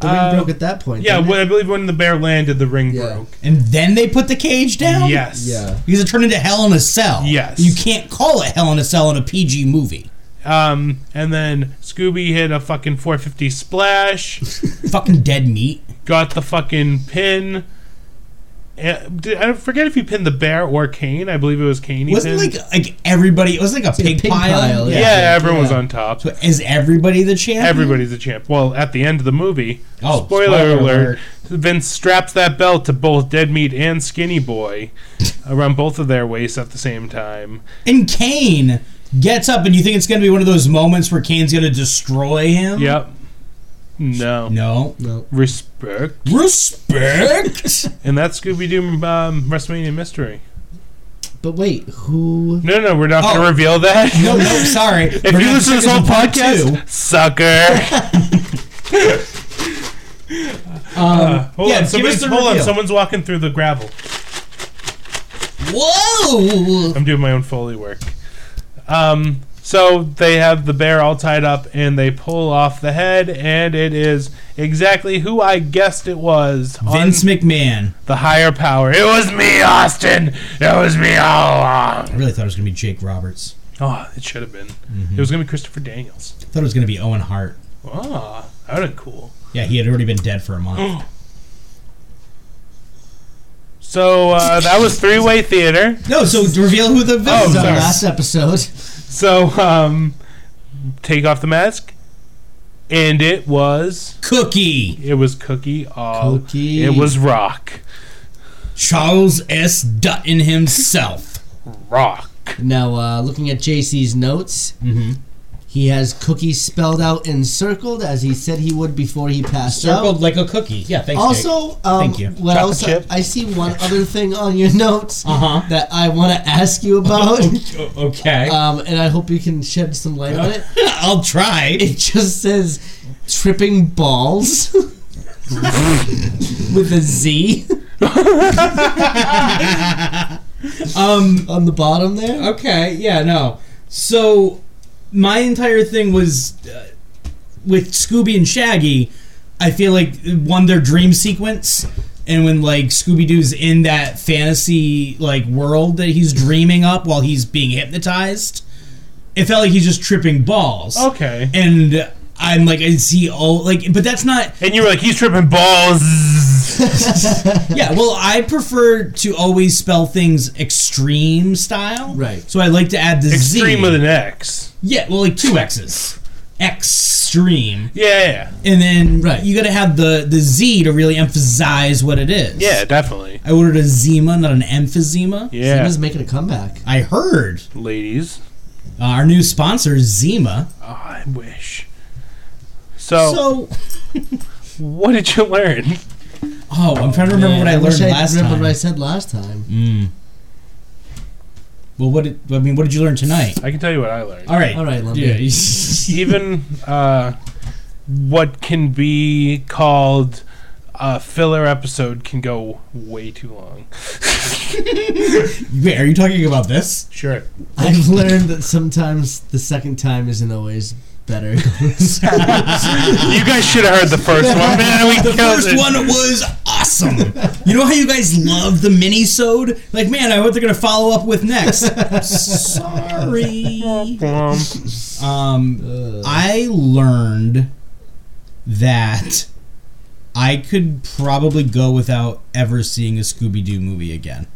The ring broke at that point. Yeah, didn't well, I believe when the bear landed, the ring Yeah. broke. And then they put the cage down? Yes. Yeah. Because it turned into Hell in a Cell. Yes. You can't call it Hell in a Cell in a PG movie. Um, and then Scooby hit a fucking 450 splash. Fucking dead meat. got the fucking pin. Eh, did- I forget if he pinned the bear or Kane. I believe it was Kane. He Wasn't pinned. like like everybody it was like a a pig, pig pile. pile, yeah, yeah. everyone was on top. So is everybody the champ? Everybody's a champ. Well, at the end of the movie, Oh, spoiler, spoiler alert, Vince straps that belt to both Dead Meat and Skinny Boy around both of their waists at the same time. And Kane gets up and you think it's gonna be one of those moments where Kane's gonna destroy him? Yep. No. No. Respect. Respect And that's Scooby Doo um, WrestleMania Mystery. But wait, who? No, no, we're not going Oh. to reveal that. No, no, sorry. If you listen to this whole podcast, sucker. Um, Uh, Hold Yeah, on, give somebody's, us the hold on, reveal. someone's walking through the gravel. Whoa! I'm doing my own foley work. Um, so they have the bear all tied up, and they pull off the head, and it is exactly who I guessed it was. on Vince McMahon. the higher power. It was me, Austin. It was me all along. I really thought it was gonna be Jake Roberts. Oh, it should have been. It was gonna be Christopher Daniels. I thought it was gonna be Owen Hart. Ah, that would have been cool. Yeah, he had already been dead for a month. So uh, that was three way theater. no, so to reveal who the Oh, So villains sorry. are. last episode, So um, take off the mask, and it was. Cookie. It was Cookie. All Cookie. It was Rock. Charles S. Dutton himself. Rock. now uh, looking at JC's notes, Mm-hmm. he has cookie spelled out and circled as he said he would before he passed out. like a cookie. Yeah, thanks. Also, um, Thank you. what Chocolate else? chip. I see one other thing on your notes Uh-huh. that I want to ask you about, okay. um, and I hope you can shed some light on it. I'll try. It just says tripping balls with a Z Um. on the bottom there. Okay. Yeah. No. So, my entire thing was uh, with Scooby and Shaggy. I feel like one their dream sequence, and when like Scooby Doo's in that fantasy like world that he's dreaming up while he's being hypnotized, it felt like he's just tripping balls. Okay. And, And I'm like, is he all like? But that's not. you were like, he's tripping balls. Yeah, well, I prefer to always spell things extreme style. Right. So I like to add the Extreme Z. with an X. yeah, well, like two X's. Extreme. Yeah, And then Right. you got to have the, the Z to really emphasize what it is. yeah, definitely. I ordered a Zima, not an emphysema. Yeah, Zima's making a comeback. I heard ladies. uh, our new sponsor, Zima. Oh, I wish. So, So, what did you learn? oh, I'm trying to remember what I wish learned last remembered time. what I said last time. well, what did, I mean, what did you learn tonight? I can tell you what I learned. All right. All right, let me- Yeah. Even uh, what can be called a filler episode can go way too long. Wait, are you talking about this? Sure. I've learned that sometimes the second time isn't always better. You guys should have heard the first one. Man, we The killed first it. one was awesome. You know how you guys love the mini-sode? Like, man, I know what they're gonna follow up with next. Sorry. Um, Um, I learned that I could probably go without ever seeing a Scooby Doo movie again.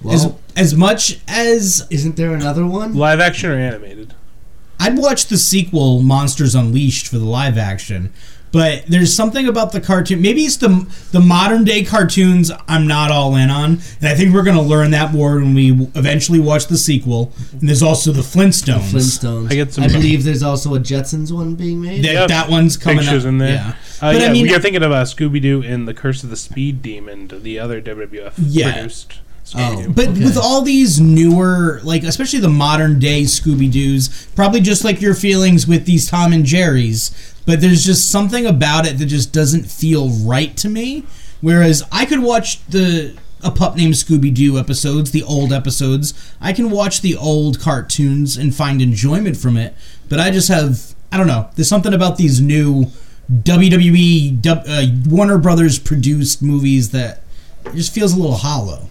Well- as as much as Isn't there another one? Live action or animated? I'd watch the sequel Monsters Unleashed for the live action, but there's something about the cartoon. Maybe it's the the modern day cartoons I'm not all in on, and I think we're going to learn that more when we eventually watch the sequel. And there's also the Flintstones. Flintstones. I get some- I believe there's also a Jetsons one being made. that, Yep. that one's coming Pictures up. in there. Yeah. Uh, but yeah, I mean, you're thinking about Scooby Doo and the Curse of the Speed Demon, the other WWF Yeah. produced. Oh. Scooby-Doo. But with all these newer, like especially the modern day Scooby Doo's, probably just like your feelings with these Tom and Jerry's, but there's just something about it that just doesn't feel right to me. Whereas I could watch the a pup named Scooby Doo episodes, the old episodes. I can watch the old cartoons and find enjoyment from it. But I just have, I don't know. There's something about these new WWE dub- uh, Warner Brothers produced movies that it just feels a little hollow.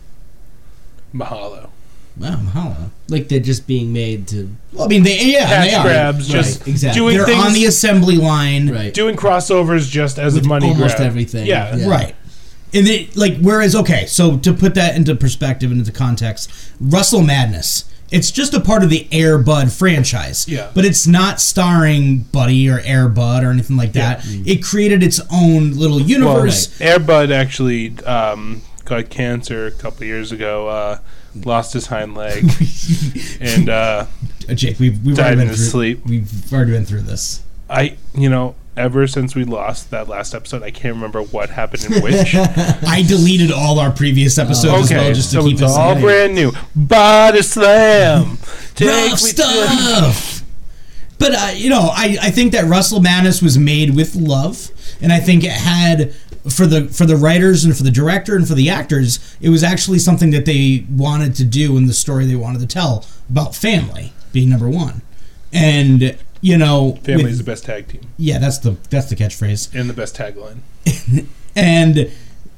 Mahalo. Wow, hollow. Like they're just being made to. Well, I mean, they yeah, Cash they are. grabs, Right, just exactly. doing They're things, on the assembly line, Right. doing crossovers just as With a money almost grab. everything. Yeah, Yeah. right? And they, like, whereas okay, so to put that into perspective and into context, Russell Madness. It's just a part of the Air Bud franchise, Yeah. But it's not starring Buddy or Air Bud or anything like that. It created its own little Mm-hmm. Well, universe. Airbud actually um, got cancer a couple years ago. Uh, lost his hind leg, and uh, Uh, Jake, we've we've died already in been through. his sleep. We've already been through this. I, you know, ever since we lost that last episode, I can't remember what happened in which. I deleted all our previous episodes as okay, well, just to so keep it's us all brand new. Body slam. Take rough me to- stuff. But uh, you know, I, I think that Russell Madness was made with love, and I think it had for the for the writers and for the director and for the actors, it was actually something that they wanted to do in the story they wanted to tell about family being number one, and you know, Family's with- the best tag team yeah, that's the that's the catchphrase and the best tagline. and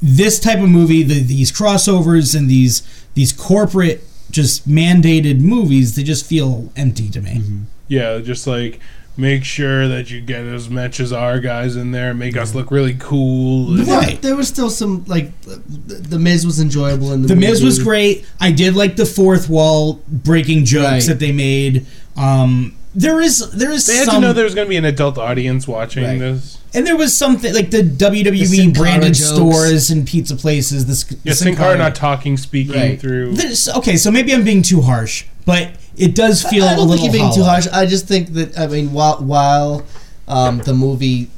this type of movie the, these crossovers and these these corporate just mandated movies they just feel empty to me Mm-hmm. Yeah, just like make sure that you get as much as our guys in there, make us look really cool. There- Right. There was still some like the, the Miz was enjoyable in the. the miz movie. was great i did like the fourth wall breaking jokes Right. that they made um there is there is They had some to know there was going to be an adult audience watching Right. this. and there was something like the The WWE Sin Cara branded jokes. stores and pizza places this Yeah, Sin Cara not talking, speaking Right. through. this, okay so maybe I'm being too harsh but it does feel I a don't little think you're being too hollow. harsh. I just think that I mean, while while um, the movie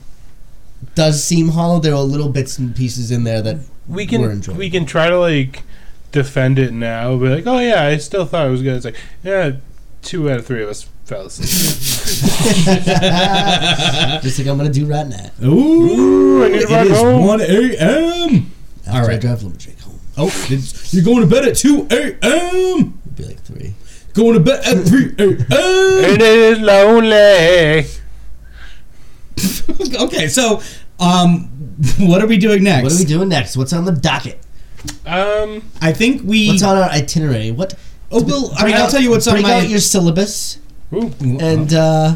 does seem hollow, there are little bits and pieces in there that we were can enjoyable. we can try to like defend it now, but like, oh yeah, I still thought it was good. It's like, yeah, two out of three of us fell asleep. just like I'm gonna do right now. Ooh, I need to it run is home. 1 a.m. After right. I drive Lumberjack home, Oh, it's- you're going to bed at 2 a.m. it'd be like three. Going to bed at 3 a.m. it is lonely. okay, so um, what are we doing next? What are we doing next? What's on the docket? Um, I think we. What's on our itinerary? What? E- oh, well, I mean, I'll tell you what's on break my. out your syllabus ooh, and. uh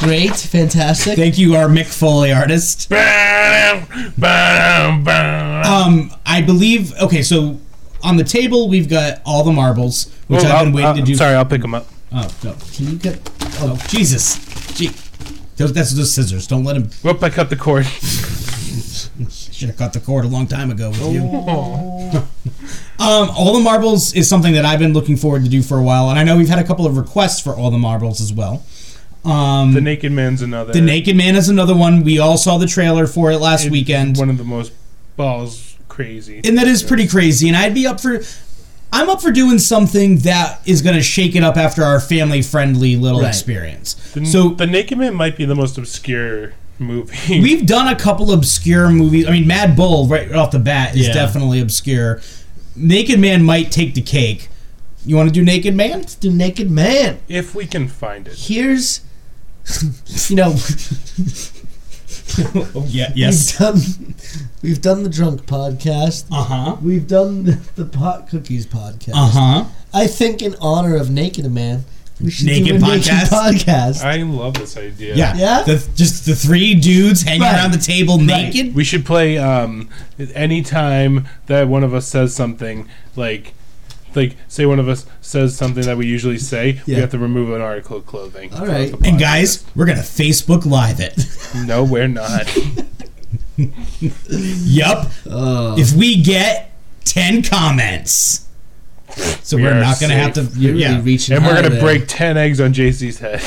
Great, fantastic. thank you, our Mick Foley artist. Um, I believe. Okay, so on the table we've got all the marbles, which Well, I've been I'll- waiting I'll- to do. Oh, Sorry, I'll pick them up. Oh no! Can you get? Oh Jesus! Gee, those, that's those scissors. Don't let him. Whoop! I cut the cord. Should have caught the cord a long time ago with you. Um, All the Marbles is something that I've been looking forward to do for a while, and I know we've had a couple of requests for All the Marbles as well. Um, The the, Naked Man's another. Naked Man is another one. We all saw the trailer for it last It's weekend, One of the most balls crazy. and that is pretty crazy. And I'd be up for, I'm up for doing something that is going to shake it up after our family friendly little Right. experience. The, so Mm, the Naked Man might be the most obscure movie. We've done a couple obscure movies. I mean, Mad Bull right off the bat is Yeah. definitely obscure. Naked Man might take the cake. You want to do Naked Man? Let's do Naked Man. if we can find it. Here's, you know, Yeah. We've done, we've done the drunk podcast. Uh huh. We've done the pot cookies podcast. Uh huh. I think in honor of Naked Man, We should Naked do a podcast? podcast. I love this idea. Yeah. Yeah? The, just the three dudes hanging Right. around the table Right. naked. We should play um, any time that one of us says something like, like say one of us says something that we usually say, we Yeah. have to remove an article of clothing. All right. And guys, we're gonna Facebook Live it. No, we're not. Yup. Oh, if we get ten comments, so We we're are not gonna have to. safe. You're yeah. really reaching and we're high gonna there. break ten eggs on JC's head.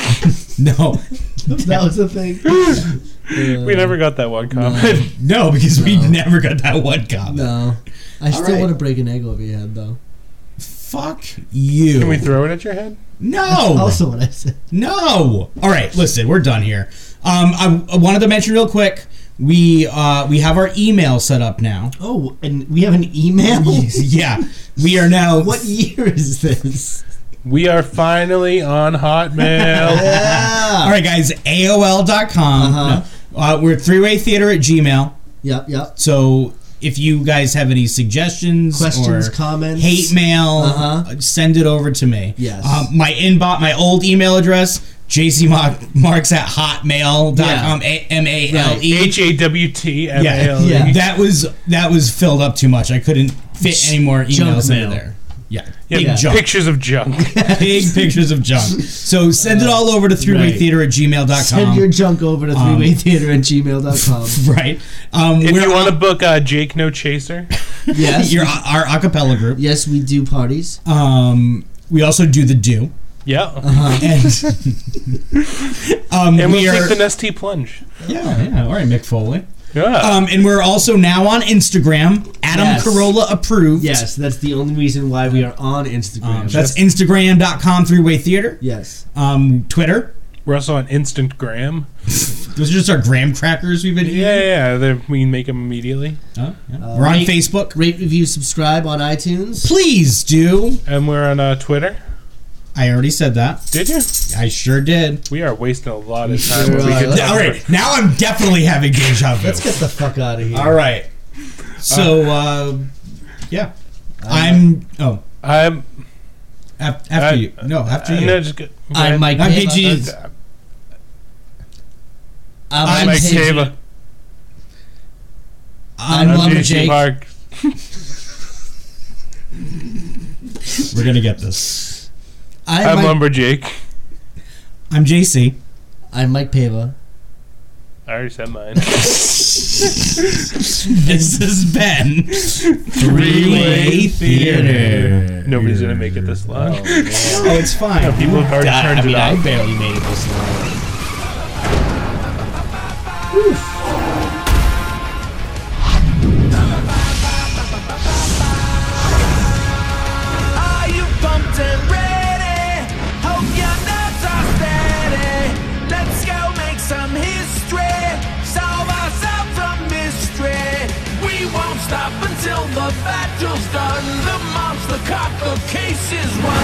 no, That was the thing. we never got that one comment. no, because we never got that one comment. No. I still right. want to break an egg over your head, though. Fuck you. Can we throw it at your head? no. Also, what I said. No. All right, listen, we're done here. Um, I, I wanted to mention real quick. We uh, we have our email set up now. Oh, and we have an email? yeah, we are now. What year is this? We are finally on Hotmail. Ah. All right, guys. AOL.com. Uh-huh. No. Uh, we're three way theater at Gmail. Yep, yep. So if you guys have any suggestions, Questions, or comments. hate mail, Uh-huh. uh, send it over to me. Yes. Um, my inbox, my old email address, jcmarks at hotmail.com. A- M A L E. H A W T M A Yeah, L E. Yeah. that was that was filled up too much. I couldn't fit any more Junk emails mail. in there. Yeah, big Yeah, junk, Pictures of junk. big pictures of junk. So send it all over to threewaytheater at gmail.com. Uh, Send your junk over to Um, threewaytheater at gmail.com. right. Um, if we're you want to on- book uh, Jake No Chaser, yes. your our acapella group. yes, we do parties. Um, we also do the do. yeah, And, um, and we we'll are, take the Nesty plunge. yeah, yeah, all right, Mick Foley. Yeah. Um, and we're also now on Instagram, Adam Yes. Carolla approved. Yes, that's the only reason why we are on Instagram. Um, that's Instagram.com, Three Way Theater. yes. Um, Twitter, We're also on Instant Gram. Those are just our graham crackers we've been eating. Yeah, Uh, yeah, yeah. We can make them immediately. Oh, yeah. We're on rate- Facebook. Rate, review, subscribe on iTunes. Please do. And we're on uh, Twitter. I already said that. Did you? I sure did. We are wasting a lot of time. sure We are. could Yeah, talk All right, now I'm definitely having deja vu. Let's get the fuck out of here. All right. So, uh, yeah, uh, I'm. Oh, about- I'm. af- after I- you. No, after I'm you. not just go- I'm Mike. I'm Pava. PG. I'm, I'm Mike Paige. Tava. I'm I'm Lumberjake. JC Mark. We're gonna get this. I'm, I'm Mike, Lumberjake. I'm JC. I'm Mike Pava. I already said mine. This has been Three-Way Theater. Nobody's gonna make it this long. Oh, it's fine. No, people have already God, turned I mean, it I off. barely made it this long. Are you pumped and ready? Hope your nerves are steady. Let's go make some history. Solve ourselves a mystery. We won't stop until the battle's done. The mob's the cop, the case is won.